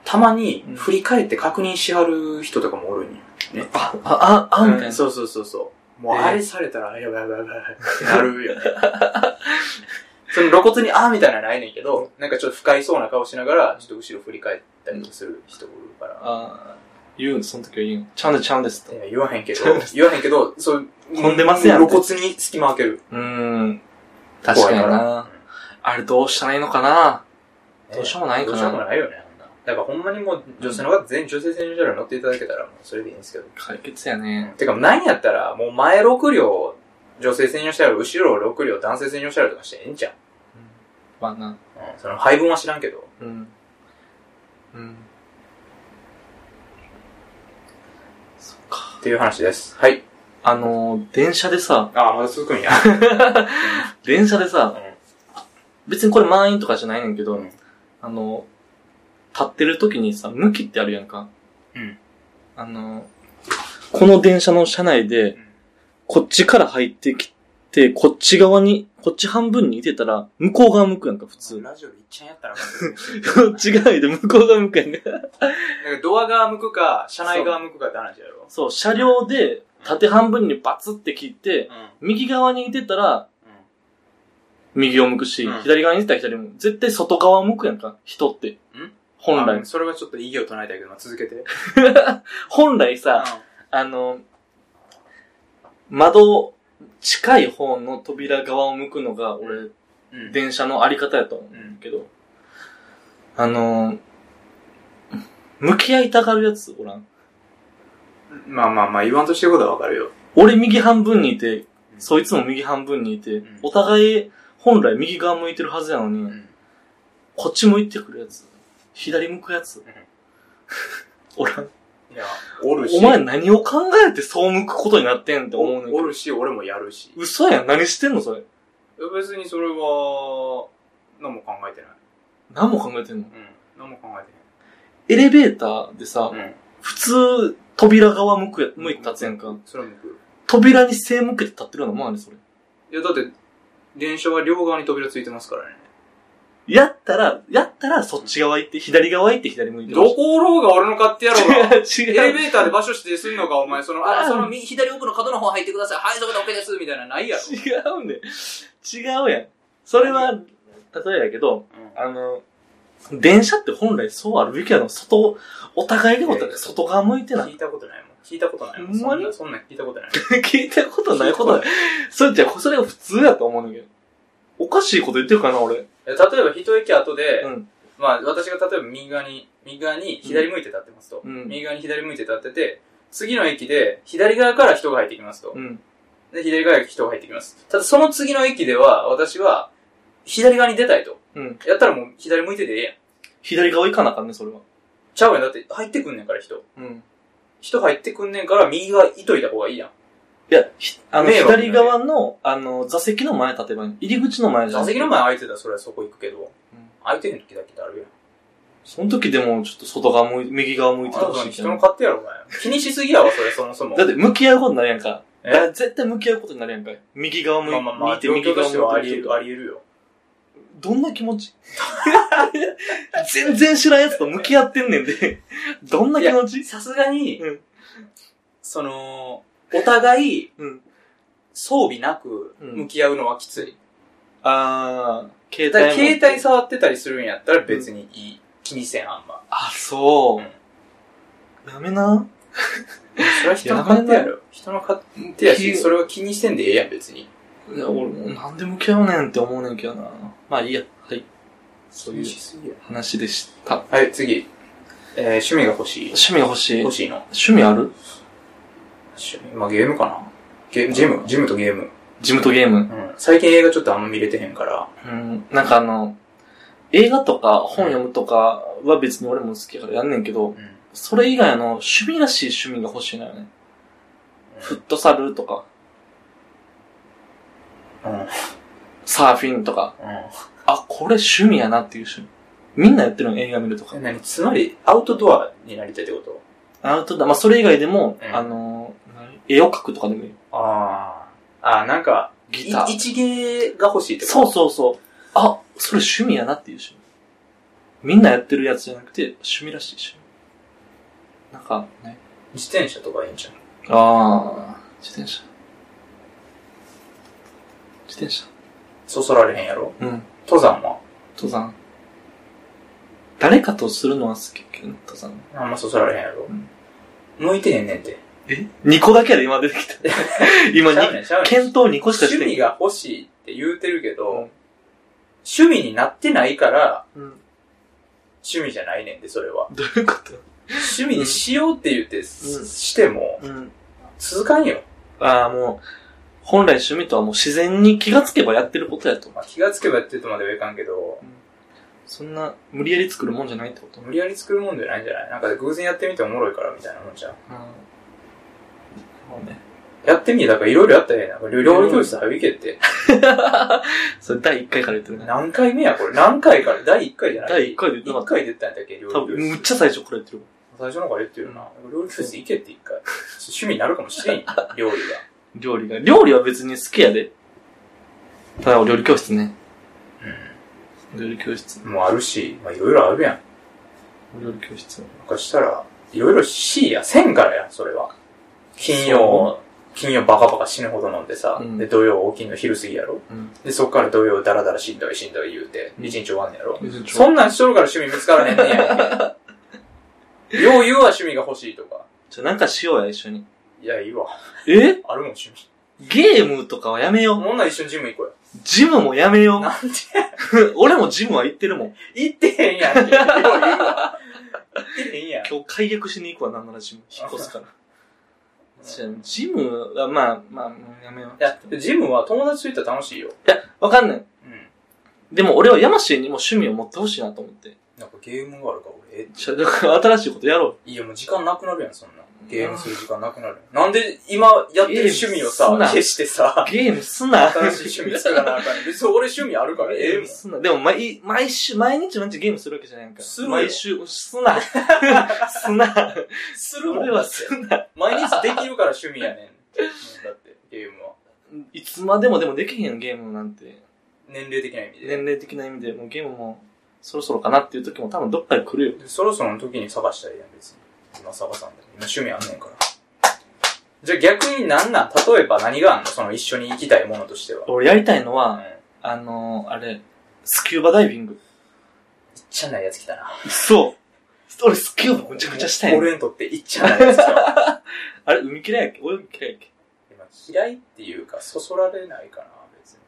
[SPEAKER 1] たまに
[SPEAKER 2] うん
[SPEAKER 1] 振り返って確認しはる人とかもおるんよ。
[SPEAKER 2] あ、あ、あ、あ、みたいな。
[SPEAKER 1] そうそうそうそう。もう
[SPEAKER 2] えー
[SPEAKER 1] あれされたら、やばいやばいやばいってなるよね。 その露骨に、あーみたいなのはないねんけど、なんかちょっと不快そうな顔しながら、ちょっと後ろ振り返ったりする人おるから。
[SPEAKER 2] あ、言うん、その時は言うん。ちゃうんです、ちゃうんですと。
[SPEAKER 1] いや言わへんけど、言わへんけど、そう、
[SPEAKER 2] 混んでますやん
[SPEAKER 1] 露骨に隙間開ける。
[SPEAKER 2] うーん。確かに
[SPEAKER 1] 怖い
[SPEAKER 2] な。あれどうしたらいいのかな。
[SPEAKER 1] ら
[SPEAKER 2] どうしようもないかな
[SPEAKER 1] どうしようもないよね、あんなだからほんまにもう女性の方、全女性専用車両乗っていただけたら、もうそれでいいんですけど。
[SPEAKER 2] 解決やね。
[SPEAKER 1] てか、何やったら、もう前6両、女性専用車両、後ろ6両、男性専用車両とかしてええんじゃん。
[SPEAKER 2] まあな。
[SPEAKER 1] うん、その配分は知らんけど。
[SPEAKER 2] うん。うん。そっか。
[SPEAKER 1] っていう話です。はい。
[SPEAKER 2] あのー、電車でさ、
[SPEAKER 1] ああ、まだ続くんや。
[SPEAKER 2] 電車で
[SPEAKER 1] うん
[SPEAKER 2] さ、別にこれ満員とかじゃないねんけど、
[SPEAKER 1] うん
[SPEAKER 2] あのー、立ってる時にさ、向きってあるやんか。
[SPEAKER 1] うん。
[SPEAKER 2] あのー、この電車の車内で、こっちから入ってきて、こっち側に、こっち半分にいてたら、向こう側向くやんか、普通。
[SPEAKER 1] ラジオでいっちゃんやったらあか
[SPEAKER 2] こっち側で向こう側向くやんか。
[SPEAKER 1] ん なんかドア側向くか、車内側向くかって話やろ。
[SPEAKER 2] そう、車両で、縦半分にバツって切って、
[SPEAKER 1] うん。
[SPEAKER 2] 右側にいてたら、
[SPEAKER 1] う
[SPEAKER 2] 右を向くし、
[SPEAKER 1] うん
[SPEAKER 2] 左側にいてたら左を向く。絶対外側を向くやんか、人って。本
[SPEAKER 1] あ
[SPEAKER 2] 来。
[SPEAKER 1] それはちょっと異議を唱えたいけど、まあ続けて。
[SPEAKER 2] 本来さ、あの、窓、近い方の扉側を向くのが、俺、
[SPEAKER 1] うん。
[SPEAKER 2] 電車のあり方やと思う
[SPEAKER 1] うん。
[SPEAKER 2] けど、あの、向き合いたがるやつおらん。
[SPEAKER 1] まあまあまあ、言わんとしてることはわかるよ。
[SPEAKER 2] 俺右半分にいて、
[SPEAKER 1] うん
[SPEAKER 2] そいつも右半分にいて、
[SPEAKER 1] ん
[SPEAKER 2] お互い本来右側向いてるはずやのに、
[SPEAKER 1] うん。
[SPEAKER 2] こっち向いてくるやつ。左向くやつ。 おらん。
[SPEAKER 1] いや、おるし。
[SPEAKER 2] お前何を考えてそう向くことになってんって思うねんけど
[SPEAKER 1] おるし、俺もやるし。
[SPEAKER 2] 嘘やん。何してんのそれ。
[SPEAKER 1] 別にそれは、何も考えてない。
[SPEAKER 2] 何も考えてんの
[SPEAKER 1] うん。何も考え
[SPEAKER 2] エレベーターでさ、
[SPEAKER 1] てない。うん。
[SPEAKER 2] 普通、扉側向くや、向いて立つやんか。
[SPEAKER 1] それは向く。
[SPEAKER 2] 扉に背向けて立ってるようなもんやねんそれ。
[SPEAKER 1] いや、だって、電車は両側に扉ついてますからね。
[SPEAKER 2] やったら、やったらそっち側行って、左側行って左向いて
[SPEAKER 1] どこおろうが俺の勝手やろうが。 エ
[SPEAKER 2] 違う違
[SPEAKER 1] レ
[SPEAKER 2] う。
[SPEAKER 1] ベーターで場所指定すんのか、お前。その、あ、その右、左奥の角の方入ってください。はい、そこで OK です。みたいな、ないやろ。
[SPEAKER 2] 違うねん。違うやん。それは、例えやけど、あの、電車って本来そうあるべきやの。外、お互いでお互い外側向いて
[SPEAKER 1] うん
[SPEAKER 2] な
[SPEAKER 1] 聞
[SPEAKER 2] い。
[SPEAKER 1] いたことないもん。聞いたことないもん。
[SPEAKER 2] ほんまに
[SPEAKER 1] そんなそんなん 聞いたことない。
[SPEAKER 2] 聞いたことないこと
[SPEAKER 1] 聞いた
[SPEAKER 2] それじゃあ、それが普通やと思うねんだけど。おかしいこと言ってるかな、俺。
[SPEAKER 1] ことない例えば、一駅後で、
[SPEAKER 2] うん
[SPEAKER 1] まあ、私が例えば右側に、右側に左向いて立ってますと。
[SPEAKER 2] うん
[SPEAKER 1] 右側に左向いて立ってて、次の駅で、左側から人が入ってきますと。
[SPEAKER 2] うん。
[SPEAKER 1] で、左側に人が入ってきます。ただ、その次の駅では、私は、左側に出たいと。
[SPEAKER 2] うん。
[SPEAKER 1] やったらもう、左向いててええやん。
[SPEAKER 2] 左側行かなあかんね、それは。
[SPEAKER 1] ちゃうやん。だって入ってくんねんから人。
[SPEAKER 2] うん。
[SPEAKER 1] 人入ってくんねんから右側いといた方がいいやん。
[SPEAKER 2] いや、ひあの、
[SPEAKER 1] 迷惑になる
[SPEAKER 2] 左側の、あの、座席の前立てばいい。入り口の前じゃん。
[SPEAKER 1] 座席の前空いてたらそれはそこ行くけど、空いてへん時だけってあるやん。
[SPEAKER 2] その時でも、ちょっと外側向い、右側向いて
[SPEAKER 1] あ
[SPEAKER 2] て
[SPEAKER 1] な
[SPEAKER 2] ほ
[SPEAKER 1] た
[SPEAKER 2] し
[SPEAKER 1] の
[SPEAKER 2] いけ
[SPEAKER 1] 人の
[SPEAKER 2] ど。
[SPEAKER 1] 勝手やろ、お前。気にしすぎやわ、それ、そもそも。
[SPEAKER 2] だって、向き合うことになるやんか。
[SPEAKER 1] え
[SPEAKER 2] だから絶対向き合うことになるやんか。右側向い
[SPEAKER 1] まあ
[SPEAKER 2] て、
[SPEAKER 1] まあまあ、
[SPEAKER 2] 右
[SPEAKER 1] 状況としては
[SPEAKER 2] 側
[SPEAKER 1] あ
[SPEAKER 2] 向い
[SPEAKER 1] り得
[SPEAKER 2] てる
[SPEAKER 1] る、あり得るよ。
[SPEAKER 2] どんな気持ち 全然知らんやつと向き合ってんねんで。 どんな気持ち
[SPEAKER 1] さすがに、
[SPEAKER 2] うん
[SPEAKER 1] その、お互い、
[SPEAKER 2] うん
[SPEAKER 1] 装備なく向き合うのはきつい。
[SPEAKER 2] あー、携
[SPEAKER 1] だから
[SPEAKER 2] 帯持って
[SPEAKER 1] 携帯触ってたりするんやったら別にいい。気にせん、あんま。
[SPEAKER 2] あ、そう。やめな。
[SPEAKER 1] それは人の勝手やろ。人の勝手や
[SPEAKER 2] 気
[SPEAKER 1] し、それは気にせんでええやん、別に。
[SPEAKER 2] いや、俺もうなんで向き合うねんって思うねんけどな。まあいいや。はい。そういう
[SPEAKER 1] すぎや。
[SPEAKER 2] 話でした。
[SPEAKER 1] はい、次。えー、趣味が欲しい。
[SPEAKER 2] 趣味が欲しい。
[SPEAKER 1] 欲
[SPEAKER 2] 趣
[SPEAKER 1] しいの。
[SPEAKER 2] 味ある
[SPEAKER 1] 趣味まあ、ゲームかな。ゲーム、ジム、ジムとゲーム。
[SPEAKER 2] ジムとゲーム。
[SPEAKER 1] うん。最近映画ちょっとあんま見れてへんから。
[SPEAKER 2] うん。なんかあの、映画とか本読むとかは別に俺も好きやからやんねんけど、
[SPEAKER 1] うん。
[SPEAKER 2] それ以外の趣味らしい趣味が欲しいのよね。フットサルとか、
[SPEAKER 1] うん。うん。
[SPEAKER 2] サーフィンとか。あ、これ趣味やなっていう趣味。みんなやってるの映画見るとか
[SPEAKER 1] え。何つまり、アウトドアになりたいってこと
[SPEAKER 2] アウトドア、まあそれ以外でも、
[SPEAKER 1] うん
[SPEAKER 2] あの、何絵を描くとかでもいい。
[SPEAKER 1] ああ。あーなんか、
[SPEAKER 2] ギ
[SPEAKER 1] い
[SPEAKER 2] ター。
[SPEAKER 1] 一芸が欲しいってこと
[SPEAKER 2] そうそうそう。あ、それ趣味やなっていう趣味。みんなやってるやつじゃなくて、趣味らしい趣味。なんか、ね。
[SPEAKER 1] 自転車とかいいんじゃん。
[SPEAKER 2] ああ、自転車。自転車。
[SPEAKER 1] そそられへんやろ
[SPEAKER 2] うん。
[SPEAKER 1] 登山は
[SPEAKER 2] 登山。誰かとするのは好きやけどね、登山。
[SPEAKER 1] あんまそそられへんやろ、
[SPEAKER 2] うん
[SPEAKER 1] 向いてへんねんて。
[SPEAKER 2] え ?2 個だけやで、今出てき た。今
[SPEAKER 1] ちゃうねん、ちゃうねん。
[SPEAKER 2] 検討2個し
[SPEAKER 1] 趣
[SPEAKER 2] かして
[SPEAKER 1] 味
[SPEAKER 2] ない。
[SPEAKER 1] が欲しいって言うてるけど、
[SPEAKER 2] うん
[SPEAKER 1] 趣味になってないから、
[SPEAKER 2] うん。
[SPEAKER 1] 趣味じゃないねんで、それは。
[SPEAKER 2] どういうこと
[SPEAKER 1] 趣味にしようって言って、
[SPEAKER 2] うん
[SPEAKER 1] しても、
[SPEAKER 2] うん。
[SPEAKER 1] 続かんよ。
[SPEAKER 2] ああ、もう、本来趣味とはもう自然に気がつけばやってることやと。
[SPEAKER 1] まあ、気がつけばやってるとまではいかんけど、
[SPEAKER 2] そんな、無理やり作るもんじゃないってこと
[SPEAKER 1] 無理やり作るもんじゃないんじゃないなんか偶然やってみておもろいからみたいなもんじゃん。
[SPEAKER 2] そうね。
[SPEAKER 1] やってみて、だからいろいろやったらええな。料理教室入りけって。
[SPEAKER 2] それ第1回から言ってるね。
[SPEAKER 1] 何回目や、これ。何回から第1回じゃない
[SPEAKER 2] 第1回で言ってなか
[SPEAKER 1] 1
[SPEAKER 2] った。
[SPEAKER 1] 回出たんだっけ料
[SPEAKER 2] 多
[SPEAKER 1] 理
[SPEAKER 2] 分、む
[SPEAKER 1] 教
[SPEAKER 2] っ
[SPEAKER 1] 室。
[SPEAKER 2] ちゃ最初から言ってるわ。
[SPEAKER 1] 最初の方から言ってるな。料理教室行けって一回。趣味になるかもしれんよ。料理が。
[SPEAKER 2] 料理が。料理は別に好きやで。ただ、お料理教室ね。お料理教室。
[SPEAKER 1] もうあるし、まあいろいろあるやん。
[SPEAKER 2] お料理教室。
[SPEAKER 1] なんかしたら、いろいろしいや、せんからやん、それは。金曜、金曜バカバカ死ぬほど飲んでさ、
[SPEAKER 2] うん
[SPEAKER 1] で、土曜大きいの昼過ぎやろ。
[SPEAKER 2] うん。
[SPEAKER 1] で、そっから土曜ダラダラしんどいしんどい言うて、
[SPEAKER 2] うん
[SPEAKER 1] 一日終わんねやろ。
[SPEAKER 2] 別に
[SPEAKER 1] そんなんしとるから趣味見つからへんねんや。よう言うわ、趣味が欲しいとか。
[SPEAKER 2] じゃ、なんかしようや、一緒に。
[SPEAKER 1] いや、いいわ。
[SPEAKER 2] え
[SPEAKER 1] あるもん、趣味。
[SPEAKER 2] ゲームとかはやめよう。
[SPEAKER 1] もんなら一緒にジム行こうよ。
[SPEAKER 2] ジムもやめよ
[SPEAKER 1] なんで
[SPEAKER 2] う。 俺もジムは行ってるもん。
[SPEAKER 1] 行ってへんやんけ。よう言うわ。行ってへんやん。
[SPEAKER 2] 今日解約しに行くわ、なんならジム。引っ越すから。じゃあジムは、まあ、まあ、もうやめよ
[SPEAKER 1] いや、ジムは友達と行ったら楽しいよ。
[SPEAKER 2] う。わかんない。
[SPEAKER 1] うん。
[SPEAKER 2] でも俺は山氏にも趣味を持ってほしいなと思って。
[SPEAKER 1] なんかゲームがあるから俺、え
[SPEAKER 2] ちょ、だから新しいことやろ
[SPEAKER 1] いや、もう時間なくなるやん、そんな。ゲームする時間なくなるやん。なんで今やってる趣味を
[SPEAKER 2] ゲームすんな
[SPEAKER 1] さ、消してさ、
[SPEAKER 2] う。ゲームすな。
[SPEAKER 1] 新しい趣味作らなあかんねん。 別に俺趣味あるからええ
[SPEAKER 2] ゲー
[SPEAKER 1] もん
[SPEAKER 2] ム。すな。でも、毎、毎週、毎日毎日ゲームするわけじゃないんか。
[SPEAKER 1] するよ
[SPEAKER 2] 毎週、す な。すな。
[SPEAKER 1] するもん。
[SPEAKER 2] 俺はすな。
[SPEAKER 1] 毎日できるから趣味やねん。もう だって、ゲームは。
[SPEAKER 2] いつまでもでもできへんゲームなんて。
[SPEAKER 1] 年齢的な意味で。
[SPEAKER 2] 年齢的な意味で、もうゲームも、そろそろかなっていう時も多分どっかで来るよ。
[SPEAKER 1] でそろそろの時に探したらいいやん、別に。今探さんでも。今趣味あんねんから。じゃあ逆になんなん例えば何があんのその一緒に行きたいものとしては。
[SPEAKER 2] 俺やりたいの
[SPEAKER 1] うん。
[SPEAKER 2] は、
[SPEAKER 1] めっ
[SPEAKER 2] あのー、あれ、スキューバダイビング。
[SPEAKER 1] ちゃないやつ来たな。
[SPEAKER 2] そう。俺スキューバむちゃくちゃしたいねん。
[SPEAKER 1] 俺にとっていっちゃないやつ来たわ。
[SPEAKER 2] あれ、海嫌いやっけ泳ぎ嫌いやっけ
[SPEAKER 1] まあ嫌いっていうか、そそられないかな、別に。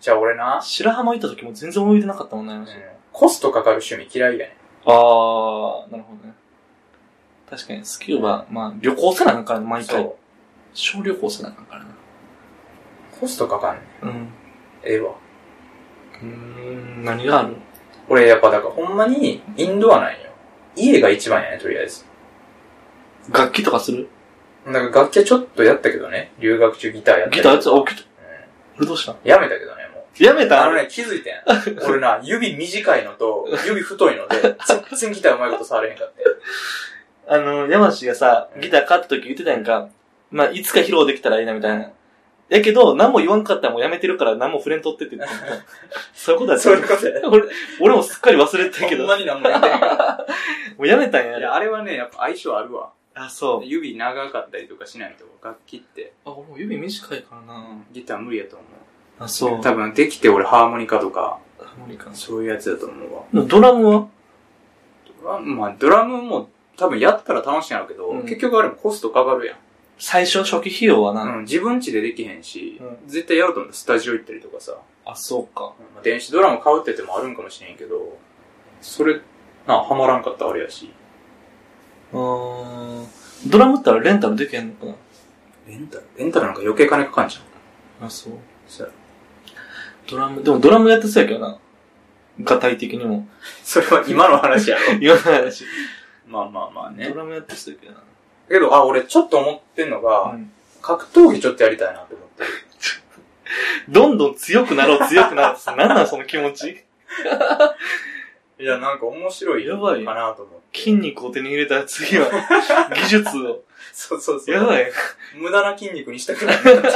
[SPEAKER 1] じゃあ俺な、
[SPEAKER 2] 白浜行った時も全然泳いでなかったもんね。
[SPEAKER 1] うん、コストかかる趣味嫌いやね
[SPEAKER 2] あー、なるほどね。確かに、スキューバ、まあ、旅行せなあかんからね、
[SPEAKER 1] ん。
[SPEAKER 2] 毎
[SPEAKER 1] そ
[SPEAKER 2] 回。
[SPEAKER 1] う。
[SPEAKER 2] 小旅行せなあかんからな。
[SPEAKER 1] コストかかんねん。
[SPEAKER 2] うん。
[SPEAKER 1] ええわ。
[SPEAKER 2] うーん、何がある
[SPEAKER 1] 俺やっぱだからほんまにインドアなんよ。家が一番やね、とりあえず。
[SPEAKER 2] 楽器とかする
[SPEAKER 1] なんか楽器はちょっとやったけどね。留学中ギターやった
[SPEAKER 2] ギ
[SPEAKER 1] り
[SPEAKER 2] ターやつ、あ、起きた。
[SPEAKER 1] う
[SPEAKER 2] 俺どうした
[SPEAKER 1] んやめたけどね、もう。
[SPEAKER 2] やめた
[SPEAKER 1] あのね、気づいてん。 俺な、指短いのと、指太いの で、全然ギターうまいこと触れへんかって。
[SPEAKER 2] あの、山氏がさ、ギター買った時言ってたやんか。まあ、いつか披露できたらいいなみたいな。やけど、何も言わんかったらもうやめてるから何も触れんと ってって言ってた。そういうことだった
[SPEAKER 1] そういうことや。
[SPEAKER 2] 俺、俺もすっかり忘れてたけ
[SPEAKER 1] ほん
[SPEAKER 2] ど、も
[SPEAKER 1] まになんも言ってへんか
[SPEAKER 2] うやめたん
[SPEAKER 1] ら。
[SPEAKER 2] や。
[SPEAKER 1] いや、あれはね、やっぱ相性あるわ。
[SPEAKER 2] あ、そう。
[SPEAKER 1] 指長かったりとかしないと、楽器って、
[SPEAKER 2] あ、俺も指短いからな
[SPEAKER 1] ギター無理やと思う。
[SPEAKER 2] あ、そう。
[SPEAKER 1] 多分、できて俺ハーモニカとか、
[SPEAKER 2] 無理か
[SPEAKER 1] そういうやつだと思うわ。
[SPEAKER 2] ドラムは
[SPEAKER 1] まあまあ、ドラムも多分やったら楽しいんやろうけど、
[SPEAKER 2] うん
[SPEAKER 1] 結局あれもコストかかるやん。
[SPEAKER 2] 最初初期費用はな、
[SPEAKER 1] うん、自分家でできへんし、
[SPEAKER 2] う
[SPEAKER 1] 絶対やろうと思ったらスタジオ行ったりとかさ、
[SPEAKER 2] あ、そうか。
[SPEAKER 1] まあ電子ドラム買うっててもあるんかもしれんけど、それ、なあ、ハマらんかったらあれやし。
[SPEAKER 2] うーん。ドラムってあれレンタルできへんのかな
[SPEAKER 1] レンタルレンタルなんか余計金かかんじゃん。
[SPEAKER 2] あ、そう。
[SPEAKER 1] そ
[SPEAKER 2] ドラム、でもドラムやってそうやけどな。が体的にも。
[SPEAKER 1] それは今の話やろ。
[SPEAKER 2] 言わないし。
[SPEAKER 1] まあまあまあね
[SPEAKER 2] ド。ラムやってそうやけどな。
[SPEAKER 1] けど、あ、俺ちょっと思ってんのが、
[SPEAKER 2] うん
[SPEAKER 1] 格闘技ちょっとやりたいなと思って。
[SPEAKER 2] どんどん強くなろう、強くなろうって。なんなんその気持ち
[SPEAKER 1] いや、なんか面白い
[SPEAKER 2] や
[SPEAKER 1] か
[SPEAKER 2] ばい
[SPEAKER 1] なと思って。
[SPEAKER 2] 筋肉を手に入れたら次 は、技術を。
[SPEAKER 1] そうそうそう。
[SPEAKER 2] やばい。
[SPEAKER 1] 無駄な筋肉にしたくないなって。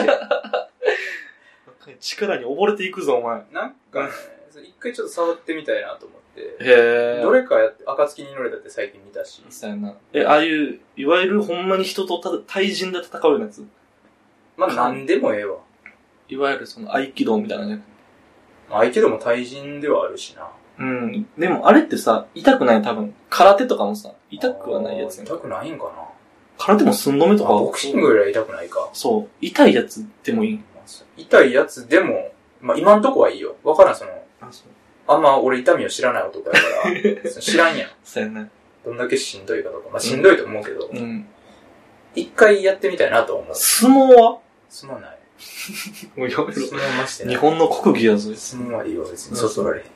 [SPEAKER 2] 力に溺れていくぞ、お前。
[SPEAKER 1] なんかね、それ一回ちょっと触ってみたいなと思って。
[SPEAKER 2] へ
[SPEAKER 1] どれかやって、暁に乗れたって最近見たし。
[SPEAKER 2] そうやな。え、ああいう、いわゆるほんまに人とた対人で戦うようなやつ。
[SPEAKER 1] まあ
[SPEAKER 2] うん
[SPEAKER 1] なんでもええわ。
[SPEAKER 2] いわゆるその合気道みたいなね。
[SPEAKER 1] まあ相手でも対人ではあるしな。
[SPEAKER 2] うん。でもあれってさ、痛くない多分。空手とかもさ、痛くはないやつや
[SPEAKER 1] あ
[SPEAKER 2] ん
[SPEAKER 1] ー。痛くないんかな。
[SPEAKER 2] 空手も寸止めと
[SPEAKER 1] あ
[SPEAKER 2] か。
[SPEAKER 1] ボクシングよりは痛くないか。
[SPEAKER 2] そう。痛いやつでもいい。
[SPEAKER 1] 痛いやつでも、まあ今んとこはいいよ。わからん、その、
[SPEAKER 2] あ、そう。
[SPEAKER 1] あんま俺痛みを知らない男や から、その知らんやん。
[SPEAKER 2] そうやね。
[SPEAKER 1] どんだけしんどいかとか。まあしんどいと思うけど、
[SPEAKER 2] うん。
[SPEAKER 1] 一回やってみたいなとは思う。
[SPEAKER 2] 相撲は
[SPEAKER 1] すま ない。
[SPEAKER 2] もうやめ
[SPEAKER 1] すまましてな
[SPEAKER 2] 日
[SPEAKER 1] い。
[SPEAKER 2] 本の国技やぞ。
[SPEAKER 1] すまはいいわ、別に。そそられへん。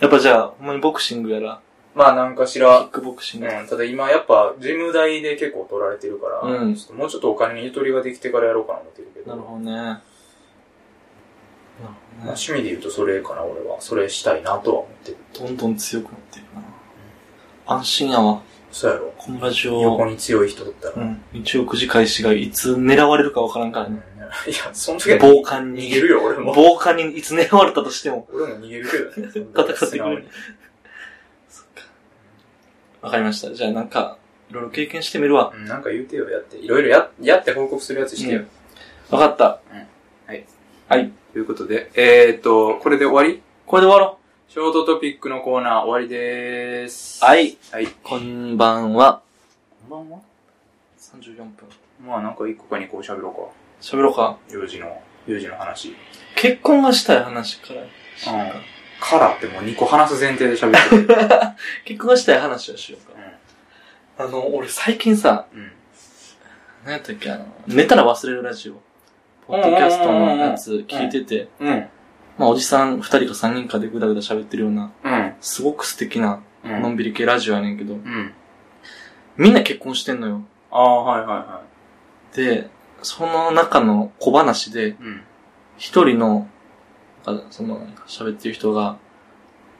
[SPEAKER 2] やっぱじゃあ、ほんまにボクシングやら、
[SPEAKER 1] まあなんかし
[SPEAKER 2] キ
[SPEAKER 1] ら
[SPEAKER 2] ッ、クボクシング。
[SPEAKER 1] うん、ただ今やっぱ事務代で結構取られてるから、
[SPEAKER 2] うん
[SPEAKER 1] ちょっともうちょっとお金にゆとりができてからやろうかな思ってるけど、
[SPEAKER 2] なるほどね。なる
[SPEAKER 1] まあ
[SPEAKER 2] ほどね。
[SPEAKER 1] 趣味で言うとそれかな、俺は。それしたいなとは思ってる。
[SPEAKER 2] どんどん強くなっていくな。安心やわ。
[SPEAKER 1] そうやろ。
[SPEAKER 2] このラジオ。
[SPEAKER 1] 横に強い人だったら。
[SPEAKER 2] う
[SPEAKER 1] うん
[SPEAKER 2] ん。一億字開始がいつ狙われるかわからんからね。
[SPEAKER 1] いや、その時は
[SPEAKER 2] 暴漢に
[SPEAKER 1] 逃げるよ、俺も。
[SPEAKER 2] 防火にいつ狙われたとしても。
[SPEAKER 1] 俺も逃げるけどね。
[SPEAKER 2] 戦ってくれる
[SPEAKER 1] 素直に
[SPEAKER 2] わかりました。じゃあなんか、いろいろ経験してみるわ。
[SPEAKER 1] うん、なんか言うてよ、やって。いろいろややって報告するやつしてよ。
[SPEAKER 2] わかった。
[SPEAKER 1] ということで、えーっと、これで終わり
[SPEAKER 2] これで終わろ
[SPEAKER 1] ショートトピックのコーナー終わりでーす。
[SPEAKER 2] う。
[SPEAKER 1] い。
[SPEAKER 2] はい。
[SPEAKER 1] はい。
[SPEAKER 2] こんばんは。
[SPEAKER 1] こんばんは
[SPEAKER 2] 34分。
[SPEAKER 1] まあなんか一個か二個喋ろうか。
[SPEAKER 2] 喋ろうか。
[SPEAKER 1] 幼児の、幼児の話。
[SPEAKER 2] 結婚がしたい話から。
[SPEAKER 1] うんカラーってもう2個話す前提で喋って る。
[SPEAKER 2] 結婚がしたい話をしようか。あの、俺最近さ、
[SPEAKER 1] うん。うん。
[SPEAKER 2] 何やったっけ、あの、寝たら忘れるラジオ。ポッドキャストのやつ聞いてて、
[SPEAKER 1] うん。
[SPEAKER 2] まあおじさん2人か3人かでぐだぐだ喋ってるような、
[SPEAKER 1] うん。
[SPEAKER 2] すごく素敵な、
[SPEAKER 1] う
[SPEAKER 2] の
[SPEAKER 1] ん。
[SPEAKER 2] んびり系ラジオやねんけど、
[SPEAKER 1] うん。
[SPEAKER 2] みんな結婚してんのよ。
[SPEAKER 1] ああ、はいはいは
[SPEAKER 2] で、その中の小話で、
[SPEAKER 1] い。うん。
[SPEAKER 2] 一人の、なんかその、喋ってる人が、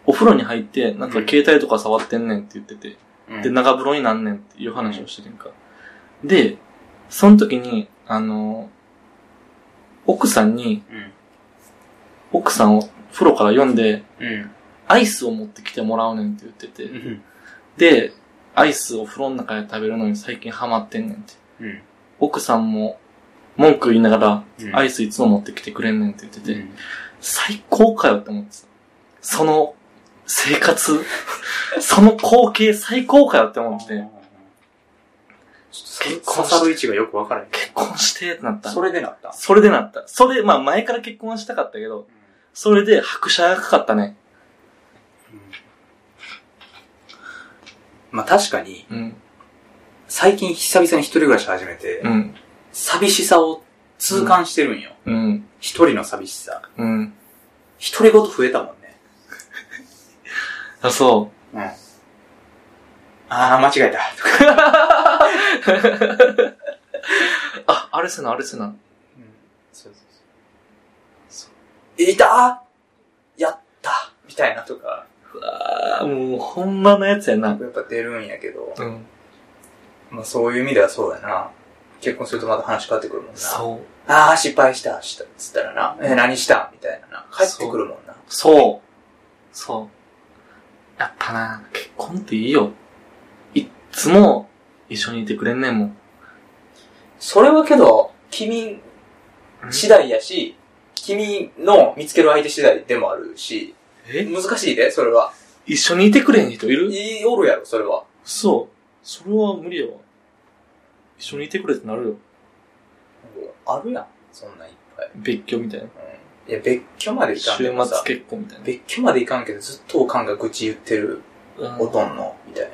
[SPEAKER 2] お風呂に入って、なんか携帯とか触ってんねんって言ってて、
[SPEAKER 1] うん
[SPEAKER 2] で、長風呂になんねんっていう話をしてるんか。で、その時に、あの、奥さんに、
[SPEAKER 1] うん。
[SPEAKER 2] 奥さんを風呂から読んで、
[SPEAKER 1] うん。
[SPEAKER 2] アイスを持ってきてもらうねんって言って
[SPEAKER 1] う
[SPEAKER 2] て、
[SPEAKER 1] ん。
[SPEAKER 2] で、アイスを風呂の中で食べるのに最近ハマってんねんって。
[SPEAKER 1] うん。
[SPEAKER 2] 奥さんも文句言いなが
[SPEAKER 1] うん
[SPEAKER 2] ら、アイスいつも持ってきてくれんねんって言ってて、
[SPEAKER 1] うん
[SPEAKER 2] 最高かよって思ってた。その生活、 その光景最高かよって思って、
[SPEAKER 1] ちょっと刺さる位置がよくわからへん。
[SPEAKER 2] 結婚してってなった。
[SPEAKER 1] それでなった。
[SPEAKER 2] それでなった。それ、まあ前から結婚はしたかったけど、それで拍車がかかったね。
[SPEAKER 1] まあ確かに、
[SPEAKER 2] うん。
[SPEAKER 1] 最近久々に一人暮らし始めて
[SPEAKER 2] う、ん。
[SPEAKER 1] 寂しさを痛感してるんよ。
[SPEAKER 2] うん。
[SPEAKER 1] 一人の寂しさ。
[SPEAKER 2] うん。
[SPEAKER 1] 一人ごと増えたもんね。
[SPEAKER 2] あ、そ
[SPEAKER 1] うん。あー、間違えた。とか。
[SPEAKER 2] あ、あれせな、あれせな。
[SPEAKER 1] そうそうそう。いたやったみたいなとか、
[SPEAKER 2] ああ、もう、ほんまのやつやな。
[SPEAKER 1] やっぱ出るんやけど、
[SPEAKER 2] うん。
[SPEAKER 1] まあそういう意味ではそうやな。結婚するとまた話変わってくるもんな。
[SPEAKER 2] そう。
[SPEAKER 1] ああ、失敗した、した、つったらな。え、何したみたいなな。帰ってくるもんな。
[SPEAKER 2] そう。そう。やっぱな、結婚っていいよ。いっつも、一緒にいてくれんねんもん。
[SPEAKER 1] それはけど、君次第やし、君の見つける相手次第でもあるし、
[SPEAKER 2] え
[SPEAKER 1] 難しいで、それは。
[SPEAKER 2] 一緒にいてくれん人いる
[SPEAKER 1] いいおるやろ、それは。
[SPEAKER 2] そう。それは無理やわ。一緒にいてくれってなるよ。
[SPEAKER 1] あるやん、そんなんいっぱい。
[SPEAKER 2] 別居みたいな。
[SPEAKER 1] うん、いや、別居までい
[SPEAKER 2] 週
[SPEAKER 1] かん
[SPEAKER 2] 末
[SPEAKER 1] けどさ。
[SPEAKER 2] 結婚みたいな。
[SPEAKER 1] 別居までいかんけど、ずっとおかんが愚痴言ってる、
[SPEAKER 2] うん
[SPEAKER 1] おとんの、みたいな。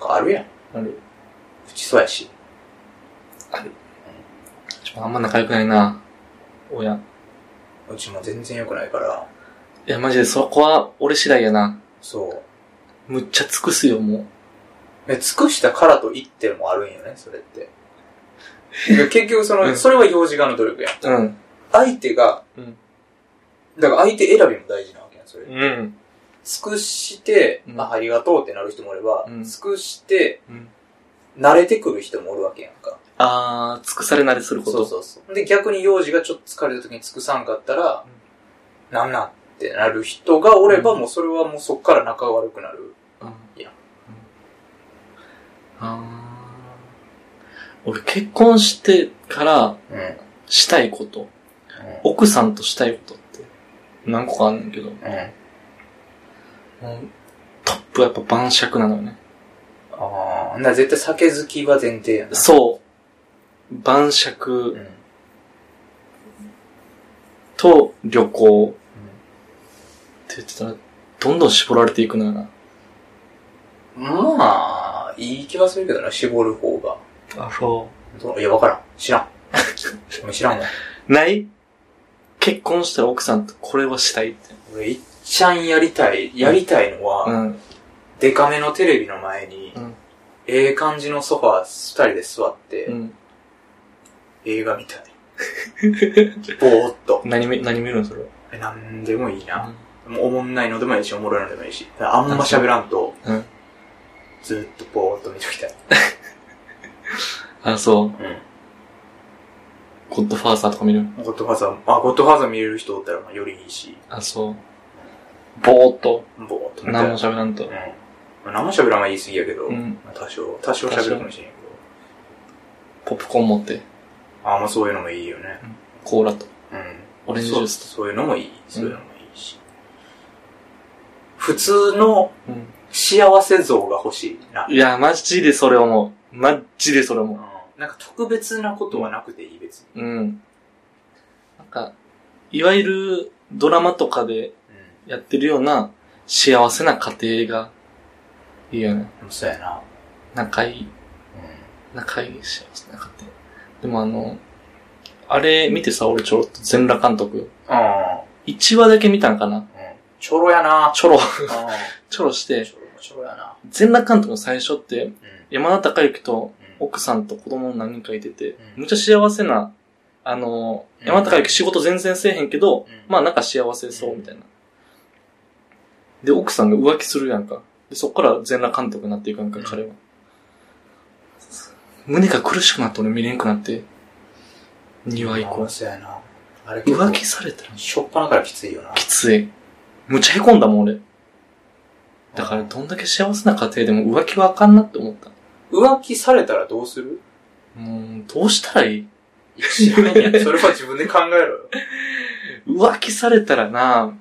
[SPEAKER 1] とかあるやん。
[SPEAKER 2] なる。
[SPEAKER 1] 愚痴そうやし。
[SPEAKER 2] ちょあんま仲良くないな。親。
[SPEAKER 1] うちも全然良くないから、
[SPEAKER 2] いや、マジでそこは俺次第やな。
[SPEAKER 1] そう。
[SPEAKER 2] むっちゃ尽くすよ、も
[SPEAKER 1] え尽くしたからと言ってもあるんよね、それって。結局その、それは幼児側の努力やん。
[SPEAKER 2] う。うん。
[SPEAKER 1] 相手が、
[SPEAKER 2] うん
[SPEAKER 1] だから相手選びも大事なわけやん、それ。
[SPEAKER 2] うん。
[SPEAKER 1] 尽くして、
[SPEAKER 2] うん
[SPEAKER 1] まあ、ありがとうってなる人もおれば、
[SPEAKER 2] うん
[SPEAKER 1] 尽くして、
[SPEAKER 2] うん。
[SPEAKER 1] 慣れてくる人もおるわけやんか。
[SPEAKER 2] あー、尽くされなりすること。
[SPEAKER 1] そうそうそう。で、逆に幼児がちょっと疲れた時に尽くさんかったら、なんなんってなる人がおれば、
[SPEAKER 2] うん
[SPEAKER 1] もうそれはもうそっから仲悪くなる。
[SPEAKER 2] うん
[SPEAKER 1] いや。
[SPEAKER 2] うんあー。俺結婚してから
[SPEAKER 1] うん。
[SPEAKER 2] したいこと、奥さんとしたいことって何個かあんねんけど、もう
[SPEAKER 1] うん。あ
[SPEAKER 2] トップはやっぱ晩酌なのよね。
[SPEAKER 1] あー、な絶対酒好きは前提やな。
[SPEAKER 2] そう。晩
[SPEAKER 1] う
[SPEAKER 2] 酌
[SPEAKER 1] ん。
[SPEAKER 2] と旅行って言ってたら、どんどん絞られていくのよな。
[SPEAKER 1] まあ、いい気はするけどな、絞る方が。
[SPEAKER 2] あ、そ
[SPEAKER 1] どういや、わからん。知らん。俺知らん わ。
[SPEAKER 2] う。ない結婚したら奥さんとこれはしたいって。
[SPEAKER 1] 俺、いっちゃんやりたい、やりたいのは、
[SPEAKER 2] うん。
[SPEAKER 1] デカめのテレビの前に、
[SPEAKER 2] うん
[SPEAKER 1] ええ感じのソファー二人で座って、
[SPEAKER 2] うん。
[SPEAKER 1] 映画みたい。ぼーっと。
[SPEAKER 2] 何見、何見るのそれは。
[SPEAKER 1] えなんでもいいな。もうおもんないのでもいいし、おもろいのでもいいし。あんま喋らんと、
[SPEAKER 2] うん。
[SPEAKER 1] ずーっとぼーっと見ときたい。
[SPEAKER 2] あ、そう。
[SPEAKER 1] う
[SPEAKER 2] ゴッドファーザーとか見る
[SPEAKER 1] ん。ゴッドファーザー、あ、ゴッドファーザー見れる人おったらまあよりいいし、
[SPEAKER 2] あ、そう。ぼーっと。
[SPEAKER 1] ぼーっと見たい。
[SPEAKER 2] 何も喋らん
[SPEAKER 1] うん
[SPEAKER 2] と。。
[SPEAKER 1] まあ何も喋らんは言い過ぎやけど、
[SPEAKER 2] うん。
[SPEAKER 1] まあ多少、多少喋るかもしれんけ
[SPEAKER 2] ポップコーン持って、
[SPEAKER 1] ど。あ、まあそういうのもいいよね。
[SPEAKER 2] コーラと、
[SPEAKER 1] うん。
[SPEAKER 2] オレンジジュ
[SPEAKER 1] そう
[SPEAKER 2] ース
[SPEAKER 1] そういうのもいい。そういうのもいいし。普通の
[SPEAKER 2] と。うん。
[SPEAKER 1] 幸せ像が欲しいな。
[SPEAKER 2] いや、マジでそれ思う。マジでそれ思う。
[SPEAKER 1] なんか特別なことはなくていい別に。
[SPEAKER 2] うん。なんか、いわゆるドラマとかでやってるような幸せな家庭がいいよね。
[SPEAKER 1] うん。そうやな。
[SPEAKER 2] 仲いい、仲いい幸せな家庭。でもあの、あれ見てさ、俺ちょろっと全裸監督。
[SPEAKER 1] うん。あ
[SPEAKER 2] 1話だけ見たんかな
[SPEAKER 1] あ。うん。ちょろやな。
[SPEAKER 2] ちょろ、
[SPEAKER 1] うん。
[SPEAKER 2] ちょろして、
[SPEAKER 1] ちょろ、ちょろやな。
[SPEAKER 2] 全裸監督の最初って、
[SPEAKER 1] う
[SPEAKER 2] 山田孝之と
[SPEAKER 1] ん。
[SPEAKER 2] 奥さんと子供何人かいてて、
[SPEAKER 1] うん
[SPEAKER 2] むっちゃ幸せな、あの、
[SPEAKER 1] うん
[SPEAKER 2] 山田孝之仕事全然せえへんけど、
[SPEAKER 1] うん
[SPEAKER 2] まあなんか幸せそうみたいな。で、奥さんが浮気するやんか。で、そっから全裸監督になっていくやんか、
[SPEAKER 1] うん
[SPEAKER 2] 彼は。胸が苦しくなって俺見れんくなって、2話以
[SPEAKER 1] うん。
[SPEAKER 2] 降。
[SPEAKER 1] そうやな。あれ結構
[SPEAKER 2] 浮気されたら
[SPEAKER 1] しょっぱなからきついよな。
[SPEAKER 2] きつい。むっちゃ凹んだもん俺。だからどんだけ幸せな家庭でも浮気はあかんなって思った。
[SPEAKER 1] 浮気されたらどうする
[SPEAKER 2] うん、どうしたらいい
[SPEAKER 1] 知らんや ん。それは自分で考えろよ。
[SPEAKER 2] 浮気されたらな、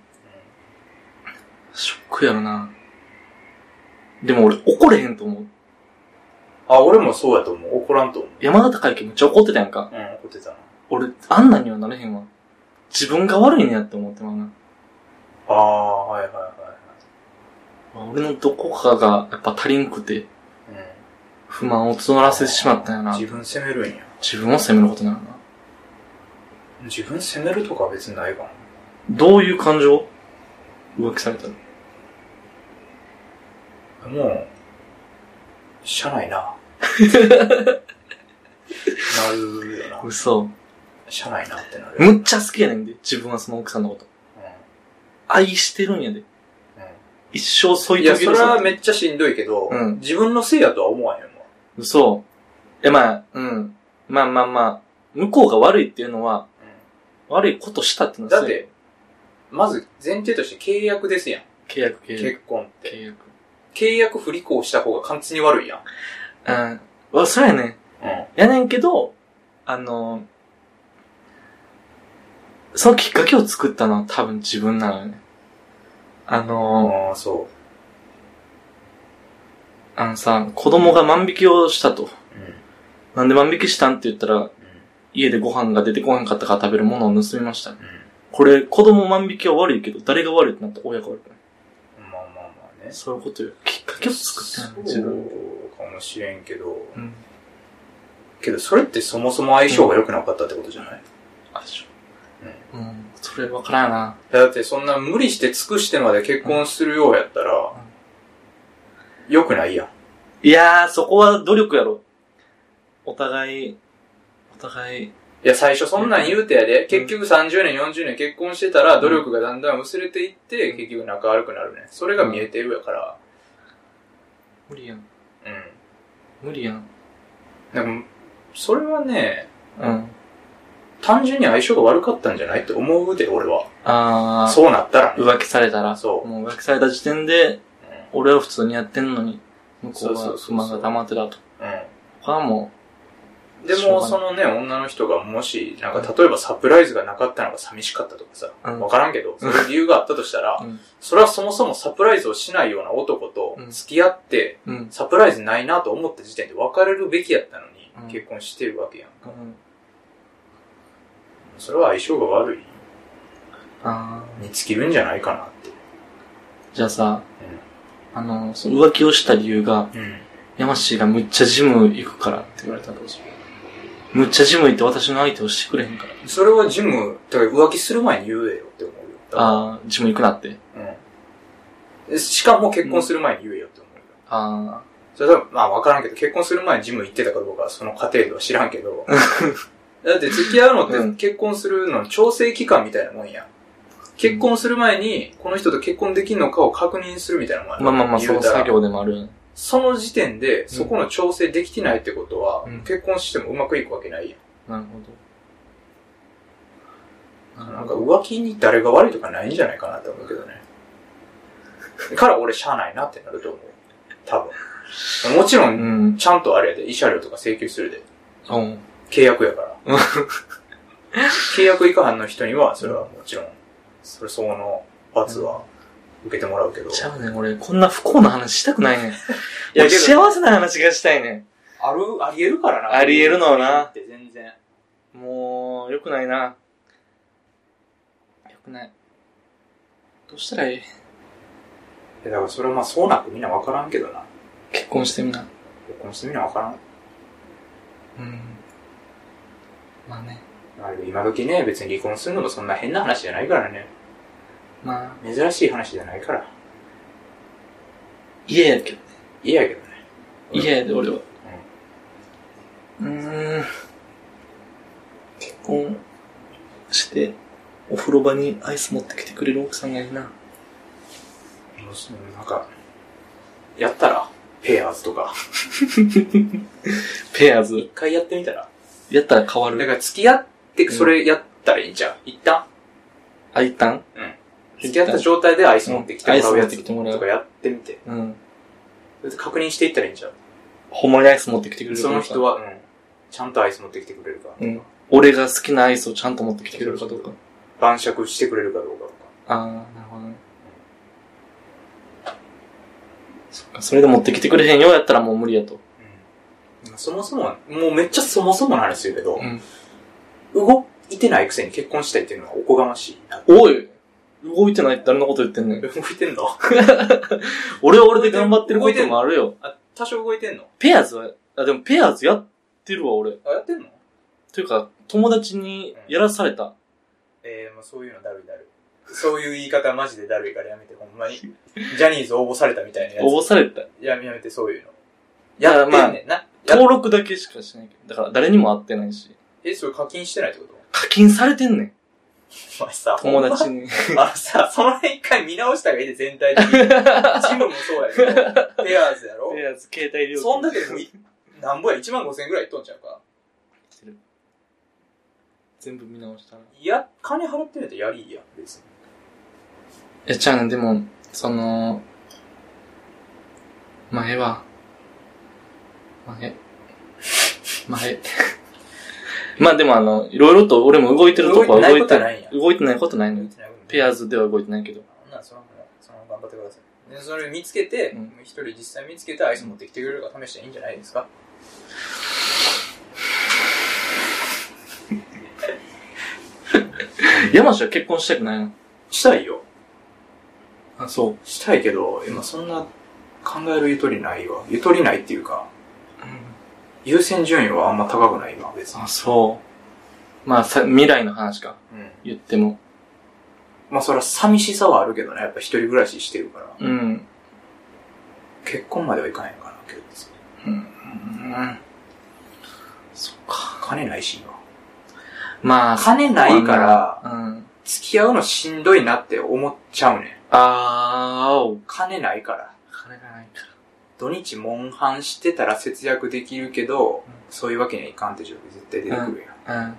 [SPEAKER 2] ショックやろな。でも俺怒れへんと思う。
[SPEAKER 1] あ、俺もそうやと思う。怒らんと思う。
[SPEAKER 2] 山田孝之めっちゃ怒ってたやんか。
[SPEAKER 1] うん、怒ってたな。
[SPEAKER 2] 俺、あんなにはなれへんわ。自分が悪いねやって思ってまうな。
[SPEAKER 1] ああ、はいはいは
[SPEAKER 2] 俺のどこかがやっぱ足りんくて、
[SPEAKER 1] いはい。うん。
[SPEAKER 2] 不満を募らせてしまったんやな。
[SPEAKER 1] 自分責めるんや。
[SPEAKER 2] 自分を責めることになるな。
[SPEAKER 1] 自分責めるとかは別にないかな。
[SPEAKER 2] どういう感情浮気されたら。
[SPEAKER 1] もう、
[SPEAKER 3] しゃないな。なるよな。
[SPEAKER 2] 嘘。
[SPEAKER 3] しゃないなってなる。
[SPEAKER 2] むっちゃ好きやねんで、自分はその奥さんのこと。愛してるんやで。
[SPEAKER 3] うん
[SPEAKER 2] 一生
[SPEAKER 1] う
[SPEAKER 2] 添
[SPEAKER 1] ん。
[SPEAKER 2] い
[SPEAKER 1] いや、
[SPEAKER 2] 遂げ
[SPEAKER 1] そ
[SPEAKER 2] る
[SPEAKER 1] れ
[SPEAKER 2] ぞ
[SPEAKER 1] はめっちゃしんどいけど、
[SPEAKER 2] うん
[SPEAKER 1] 自分のせいやとは思わへんわ。
[SPEAKER 2] 嘘。え、まあ、うん。まあまあまあ、向こうが悪いっていうのは、悪いことしたっていうのは
[SPEAKER 1] だって、まず前提として契約ですやん。
[SPEAKER 2] そうや、契約、契約。
[SPEAKER 1] 結婚って。
[SPEAKER 2] 契約。
[SPEAKER 1] 契約不履行した方が完全に悪いやん。
[SPEAKER 2] うん。わ、そうやね。
[SPEAKER 1] うん。
[SPEAKER 2] やねんけど、あの、そのきっかけを作ったのは多分自分なのよね。あの、
[SPEAKER 1] ああ、そ
[SPEAKER 2] あのさ、子供が万引きをしたと。
[SPEAKER 1] う。うん。
[SPEAKER 2] なんで万引きしたんって言ったら、家でご飯が出てこなかったから食べるものを盗みました。
[SPEAKER 1] うん。
[SPEAKER 2] これ、子供万引きは悪いけど、誰が悪いってなったら親が悪くない。
[SPEAKER 1] うん。まあまあまあね。
[SPEAKER 2] そういうことよ。きっかけを作ったのよ、
[SPEAKER 1] そ
[SPEAKER 2] 自分。
[SPEAKER 1] うかもしれんけど、
[SPEAKER 2] うん。
[SPEAKER 1] けどそれってそもそも相性が良くなかったってことじゃない、
[SPEAKER 2] あ、でしょ。うん。それわからんな。
[SPEAKER 1] だってそんな無理して尽くしてまで結婚するようやったら、良くないやん。
[SPEAKER 2] いやー、そこは努力やろ。お互い、お互い、
[SPEAKER 1] いや、最初そんなん言うてやで、結局30年、40年結婚してたら、努力がだんだん薄れていって、結局仲悪くなるね。それが見えてるやから、
[SPEAKER 2] 無理やん。
[SPEAKER 1] うん。
[SPEAKER 2] 無理やん。
[SPEAKER 1] でも、それはね、
[SPEAKER 2] うん。
[SPEAKER 1] 単純に相性が悪かったんじゃないって思うで、俺は。
[SPEAKER 2] あ
[SPEAKER 1] そうなったら
[SPEAKER 2] ー、
[SPEAKER 1] ね。
[SPEAKER 2] 浮気されたら、
[SPEAKER 1] そう
[SPEAKER 2] もう浮気された時点で、
[SPEAKER 1] う
[SPEAKER 2] 俺は普通にやってんのに、向こう
[SPEAKER 1] そうそうそう
[SPEAKER 2] は不満が溜まってた
[SPEAKER 1] ん。
[SPEAKER 2] と。他はも
[SPEAKER 1] うん。で
[SPEAKER 2] しょ
[SPEAKER 1] も、
[SPEAKER 2] うがない
[SPEAKER 1] そのね、女の人がもし、なんか例えばサプライズがなかったのが寂しかったとかさ、
[SPEAKER 2] うん
[SPEAKER 1] わからんけど、そういう理由があったとしたら
[SPEAKER 2] う、、うん。
[SPEAKER 1] それはそもそもサプライズをしないような男と
[SPEAKER 2] うん
[SPEAKER 1] 付き合って、
[SPEAKER 2] うん。
[SPEAKER 1] サプライズないなと思った時点で別れるべきやったのに
[SPEAKER 2] うん、
[SPEAKER 1] 結婚してるわけやん。それは相性が悪い
[SPEAKER 2] あー。
[SPEAKER 1] に尽きるんじゃないかなって。
[SPEAKER 2] じゃあさ、あの、その浮気をした理由が、
[SPEAKER 1] うん。
[SPEAKER 2] 山氏がむっちゃジム行くからって言われたらどうするむっちゃジム行って私の相手をしてくれへんから。
[SPEAKER 1] それはジム、だから浮気する前に言えよって思うよ。
[SPEAKER 2] あー、ジム行くなって。
[SPEAKER 1] うん。しかも結婚する前に言えよって思うよ。
[SPEAKER 2] あ
[SPEAKER 1] それ多分、まあ分からんけど、結婚する前にジム行ってたかどうかはその過程では知らんけ ど。だって付き合うの
[SPEAKER 2] う
[SPEAKER 1] っ
[SPEAKER 2] ん
[SPEAKER 1] て結婚するのに調整期間みたいなもんや。結婚する前に、この人と結婚できんのかを確認するみたいなもんや。
[SPEAKER 2] ー、まあまあまあ、そ
[SPEAKER 1] 言
[SPEAKER 2] の
[SPEAKER 1] うたら
[SPEAKER 2] 作業でもある。
[SPEAKER 1] その時点で、そこの調整できてないってことは、
[SPEAKER 2] うん
[SPEAKER 1] 結婚してもうまくいくわけないやん。
[SPEAKER 2] なるほど。
[SPEAKER 1] なんか浮気に誰が悪いとかないんじゃないかなって思うけどね。から俺しゃあないなってなると思う。多分。もちろ、
[SPEAKER 2] うんん。
[SPEAKER 1] ちゃんとあれやで、慰謝料とか請求するで。
[SPEAKER 2] うん。
[SPEAKER 1] 契約やから。契約違反の人には、それはもちろん、それ相応の罰は受けてもらうけど。
[SPEAKER 2] ちゃうねん、俺、こんな不幸な話したくない ねん。い
[SPEAKER 1] や
[SPEAKER 2] や、
[SPEAKER 1] けど
[SPEAKER 2] 幸せな話がしたいね
[SPEAKER 1] ある、ありえるからな。
[SPEAKER 2] ありえるのな
[SPEAKER 1] って全然。
[SPEAKER 2] ん。もう、良くないな。良くない。どうしたらいい
[SPEAKER 1] いやだからそれはまあそうなってみんなわからんけどな。
[SPEAKER 2] 結婚してみな。
[SPEAKER 1] 結婚してみんなわからん。
[SPEAKER 2] うん。まあね。
[SPEAKER 1] まあでも今時ね、別に離婚するのもそんな変な話じゃないからね。
[SPEAKER 2] まあ、
[SPEAKER 1] 珍しい話じゃないから。
[SPEAKER 2] 嫌やけど。
[SPEAKER 1] 嫌やけどね。
[SPEAKER 2] 嫌やで、俺は。うーん。結婚して、お風呂場にアイス持ってきてくれる奥さんがいいな。
[SPEAKER 1] もうそのなんか、やったら、ペアーズとか、
[SPEAKER 2] ペアーズ。
[SPEAKER 1] 一回やってみたら。
[SPEAKER 2] やったら変わ
[SPEAKER 1] だか
[SPEAKER 2] る。
[SPEAKER 1] ら付き合って、それやったらいいんじゃん。一旦。
[SPEAKER 2] あ、一旦
[SPEAKER 1] 付き合った状態でアイス持ってきてもらう
[SPEAKER 2] うんアイス持
[SPEAKER 1] や
[SPEAKER 2] って
[SPEAKER 1] つ
[SPEAKER 2] きてもらう
[SPEAKER 1] とかやってみて。
[SPEAKER 2] うん。
[SPEAKER 1] それで確認していったらいいんじゃん。
[SPEAKER 2] ほんまにアイス持ってきてくれるか
[SPEAKER 1] そ
[SPEAKER 2] どう
[SPEAKER 1] の
[SPEAKER 2] か
[SPEAKER 1] 人。は、うん。ちゃんとアイス持ってきてくれるか。
[SPEAKER 2] うん。俺が好きなアイスをちゃんと持ってきてくれるかどうか。
[SPEAKER 1] 晩酌してくれるかどうかとか。
[SPEAKER 2] あー、なるほどね。そっか、それで持ってきてくれへんようやったらもう無理やと。
[SPEAKER 1] うん。そもそも、もうめっちゃそもそもの話するけど、
[SPEAKER 2] ん。
[SPEAKER 1] 動いてないくせに結婚したいっていうのはおこがましいな。
[SPEAKER 2] おい動いてないって誰のこと言ってんねん。
[SPEAKER 1] 動いてんの
[SPEAKER 2] 俺は俺で頑張ってることもあるよ。
[SPEAKER 1] あ、多少動いてんの
[SPEAKER 2] ペアーズは、あ、でもペアーズやってるわ、俺。
[SPEAKER 1] あ、やってんの
[SPEAKER 2] というか、友達にやらされた。
[SPEAKER 1] えー、もうそういうのだるいだるい。そういう言い方マジでだ るいからやめて、ほんまに。ジャニーズ応募されたみたいなや
[SPEAKER 2] 応募された。
[SPEAKER 1] つ。やめやめて、そういうの。やってんねんな。やっ
[SPEAKER 2] 登録だけしかしないけど。だから誰にも会ってないし。
[SPEAKER 1] え、それ課金してないってこと
[SPEAKER 2] 課金されてんねん。
[SPEAKER 1] お前さ、
[SPEAKER 2] 友達 に。
[SPEAKER 1] ほんま。あのさ、その辺一回見直した方がいいで、全体的 に。ジムもそうやけど、ペアーズやろ
[SPEAKER 2] いや、携帯料金。
[SPEAKER 1] そんだけでもい、なんぼや、1万5千円ぐらいいっとんちゃうか。
[SPEAKER 2] 全部見直したら。
[SPEAKER 1] いや、金払ってるやったらやりいや、別に。
[SPEAKER 2] え、ちゃうねん、でも、その、まあ、ええわ。まあ、ええ。まあ、ええ。 まあでもあの、いろいろと俺も動いてるとこは動い
[SPEAKER 1] 動いて
[SPEAKER 2] て
[SPEAKER 1] ないことはないんや
[SPEAKER 2] 動いてないことないのよ。ペアー
[SPEAKER 1] ズ。
[SPEAKER 2] ズでは動いてないけど。
[SPEAKER 1] なんならその、その、頑張ってください。で、それ見つけて
[SPEAKER 2] うん、
[SPEAKER 1] 一人実際見つけてアイス持ってきてくれるから試していいんじゃないですか。
[SPEAKER 2] 山氏は結婚したくないの
[SPEAKER 1] したいよ。
[SPEAKER 2] あ、そう。
[SPEAKER 1] したいけど、今そんな考えるゆとりないわ。ゆとりないっていうか、優先順位はあんま高くない今、別に。
[SPEAKER 2] あ、そう。まあさ、未来の話か。
[SPEAKER 1] うん。
[SPEAKER 2] 言っても。
[SPEAKER 1] まあそれは寂しさはあるけどね、やっぱ一人暮らししてるから。
[SPEAKER 2] うん。
[SPEAKER 1] 結婚まではいかないのかな、けど。
[SPEAKER 2] うん。そっか。
[SPEAKER 1] 金ないし、今。
[SPEAKER 2] まあ、
[SPEAKER 1] 金ないから、
[SPEAKER 2] うん。
[SPEAKER 1] 付き合うのしんどいなって思っちゃうねん。
[SPEAKER 2] あー、お
[SPEAKER 1] 金ないから。
[SPEAKER 2] 金がないから。
[SPEAKER 1] 土日モンハンしてたら節約できるけど、
[SPEAKER 2] うん
[SPEAKER 1] そういうわけにはいかんって状況絶対出てくるやん。
[SPEAKER 2] うん。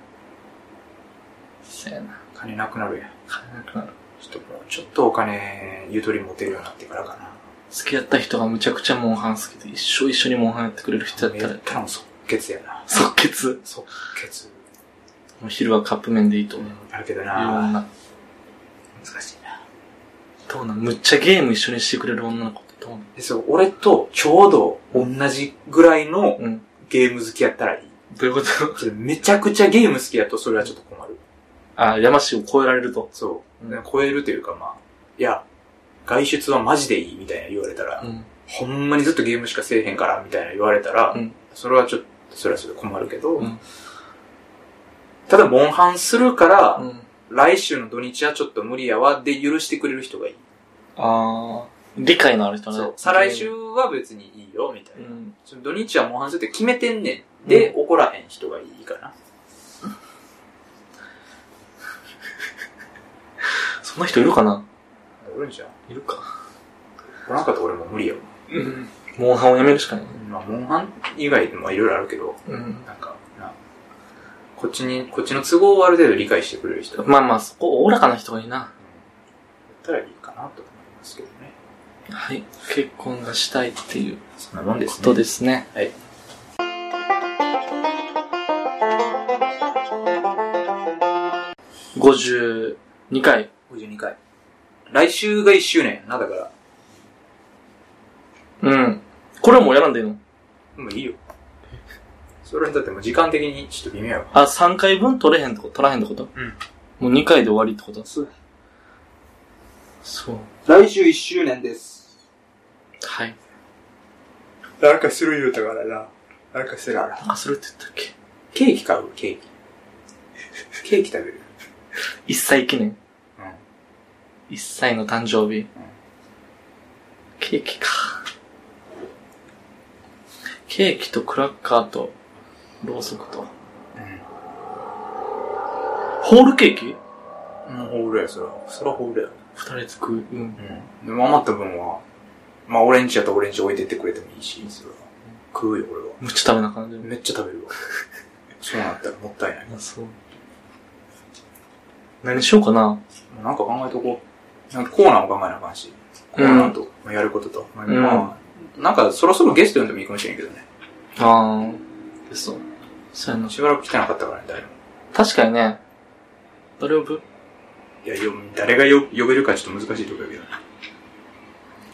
[SPEAKER 2] そやな。
[SPEAKER 1] 金なくなるやん。
[SPEAKER 2] 金なくなる。
[SPEAKER 1] ちょっともう、ちょっとお金、ゆとり持てるようになってからかな。
[SPEAKER 2] 付き合った人がむちゃくちゃモンハン好きで、一生一緒にモンハンやってくれる人や
[SPEAKER 1] め
[SPEAKER 2] っ
[SPEAKER 1] った
[SPEAKER 2] ら、
[SPEAKER 1] たらもう即決やな。
[SPEAKER 2] 即決。
[SPEAKER 1] 即決。
[SPEAKER 2] もう昼はカップ麺でいいと
[SPEAKER 1] う
[SPEAKER 2] 思う。
[SPEAKER 1] ん、あるけど
[SPEAKER 2] いろん
[SPEAKER 1] な。
[SPEAKER 2] な。
[SPEAKER 1] 難しいな。
[SPEAKER 2] どうなんむっちゃゲーム一緒にしてくれる女の子ってどうなん
[SPEAKER 1] で、そう、俺とちょうど同じぐらいの
[SPEAKER 2] うん。
[SPEAKER 1] ゲーム好きやったらいい。
[SPEAKER 2] どういうこと
[SPEAKER 1] ちょっとめちゃくちゃゲーム好きやとそれはちょっと困る。
[SPEAKER 2] あ、山氏を超えられると。
[SPEAKER 1] そう。
[SPEAKER 2] うん
[SPEAKER 1] 超えるというかまあ、いや、外出はマジでいいみたいな言われたら、
[SPEAKER 2] ん。
[SPEAKER 1] ほんまにずっとゲームしかせえへんからみたいな言われたら、
[SPEAKER 2] うん
[SPEAKER 1] それはちょっと、それはそれで困るけど、
[SPEAKER 2] うん
[SPEAKER 1] ただ、モンハンするから、
[SPEAKER 2] うん。
[SPEAKER 1] 来週の土日はちょっと無理やわで許してくれる人がいい。
[SPEAKER 2] あー。理解のある人ね。
[SPEAKER 1] そう。再来週は別にいいよ、みたいうな。
[SPEAKER 2] ん。
[SPEAKER 1] その土日はモンハンするって決めてんねん。で、怒らへん人がいいかな。
[SPEAKER 2] そんな人いるかな
[SPEAKER 1] おるんじゃん。
[SPEAKER 2] いるか。
[SPEAKER 1] おらんかったら俺も無理よ。
[SPEAKER 2] うん。モンハンをやめるしかない。
[SPEAKER 1] まあ、モンハン以外でもいろいろあるけど、
[SPEAKER 2] うん。
[SPEAKER 1] なんか、な、こっちに、こっちの都合をある程度理解してくれる人だっ
[SPEAKER 2] まあまあ、そこ、おおらかな人がいいな。
[SPEAKER 1] たらいいかなと思いますけどね。
[SPEAKER 2] はい。結婚がしたいっていう
[SPEAKER 1] そんなもんで
[SPEAKER 2] こ
[SPEAKER 1] すね。
[SPEAKER 2] とですね。
[SPEAKER 1] はい。
[SPEAKER 2] 52回。
[SPEAKER 1] 52回。来週が1周年やな、だから。
[SPEAKER 2] うん。これはもうやらんでいいの
[SPEAKER 1] もういいよ。それはだってもう時間的にちょっと微妙やわ。
[SPEAKER 2] あ、3回分取れへんとこ、取らへんってこと
[SPEAKER 1] うん。
[SPEAKER 2] もう2回で終わりってこと
[SPEAKER 1] そう
[SPEAKER 2] そう。
[SPEAKER 1] 来週1周年です。
[SPEAKER 2] はい。
[SPEAKER 1] なんかする言うたからな。なんかするから。
[SPEAKER 2] なんかするって言ったっけ
[SPEAKER 1] ケーキ買うケーキ。ケーキ食べる
[SPEAKER 2] 一歳記念。
[SPEAKER 1] うん。
[SPEAKER 2] 一歳の誕生日。ケーキか。ケーキとクラッカーと、ろうそくと。ホールケーキ
[SPEAKER 1] うん。ホールや、そら。そらホールや。
[SPEAKER 2] 二人作る。うん。
[SPEAKER 1] うん。でも余った分は、まあオレンジやったらオレンジ置いてってくれてもいいし、それは。食うよ、俺は。
[SPEAKER 2] むっちゃ食べなあかんでも。
[SPEAKER 1] めっちゃ食べるわ。 そうなったらもったいない。も
[SPEAKER 2] あ、そう。何しようかな。
[SPEAKER 1] うなんか考えとこう。なんかコーナーも考えなあかんし。コーナーと、まあやることと。まあ、
[SPEAKER 2] うん
[SPEAKER 1] まあなんかそろそろゲスト呼んでもいいかもしれんけどね。
[SPEAKER 2] ああ。ですそう。そうやな。
[SPEAKER 1] しばらく来てなかったからね、誰も。
[SPEAKER 2] 確かにね。誰をぶ
[SPEAKER 1] いや、よ誰がよ呼べるかちょっと難しいとこやけどね。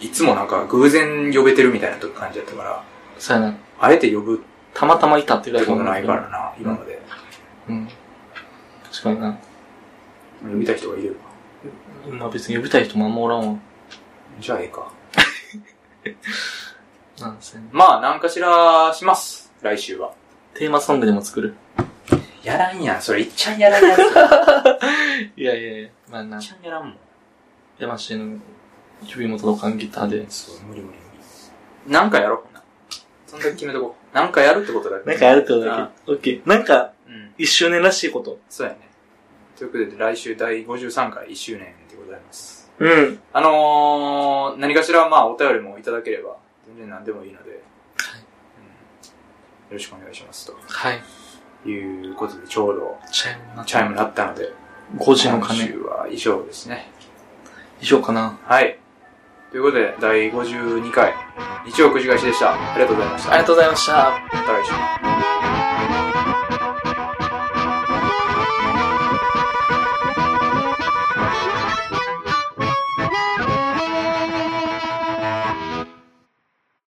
[SPEAKER 1] いつもなんか偶然呼べてるみたいなと感じだったから、
[SPEAKER 2] そうやな。
[SPEAKER 1] あえて呼ぶ
[SPEAKER 2] たまたまいたっていう
[SPEAKER 1] っ
[SPEAKER 2] だ
[SPEAKER 1] て
[SPEAKER 2] け
[SPEAKER 1] ことないか
[SPEAKER 2] な。
[SPEAKER 1] らな、今まで。
[SPEAKER 2] うん。確かにな。
[SPEAKER 1] 呼びたい人がいれば。
[SPEAKER 2] まあ別に呼びたい人もあんまおらんわ。
[SPEAKER 1] じゃあええか。
[SPEAKER 2] なんせ、ね。
[SPEAKER 1] まあ、何かしらします。来週は。
[SPEAKER 2] テーマソングでも作る。
[SPEAKER 1] やらんやん。それ、いっちゃんやらんや ん。いっ
[SPEAKER 2] いやいやいや、まあな。
[SPEAKER 1] ちゃんやらんもん。
[SPEAKER 2] 山氏の指も届かんギターで。
[SPEAKER 1] そう、無理無理無理。なんかやろうかな。そんだけ決めとこう。なんかやるってことだけ。
[SPEAKER 2] なんかやるってこと
[SPEAKER 1] あ
[SPEAKER 2] だけ。オッケー。なんか、
[SPEAKER 1] うん。
[SPEAKER 2] 一周年らしいこと。
[SPEAKER 1] そうやね。ということで、来週第53回1周年でございます。
[SPEAKER 2] うん。
[SPEAKER 1] あのー、何かしら、まあ、お便りもいただければ、全然何でもいいので、うんよろしくお願いします。
[SPEAKER 2] はい。
[SPEAKER 1] ということで、ちょうど、
[SPEAKER 2] チャイムな。
[SPEAKER 1] チャイム鳴ったので、
[SPEAKER 2] 5時の
[SPEAKER 1] 今
[SPEAKER 2] 鐘。
[SPEAKER 1] 週は以上ですね。
[SPEAKER 2] 以上かな。
[SPEAKER 1] はい。ということで、第52回、日曜くじ返しでした。ありがとうございました。
[SPEAKER 2] ありがとうございました。
[SPEAKER 1] また来週。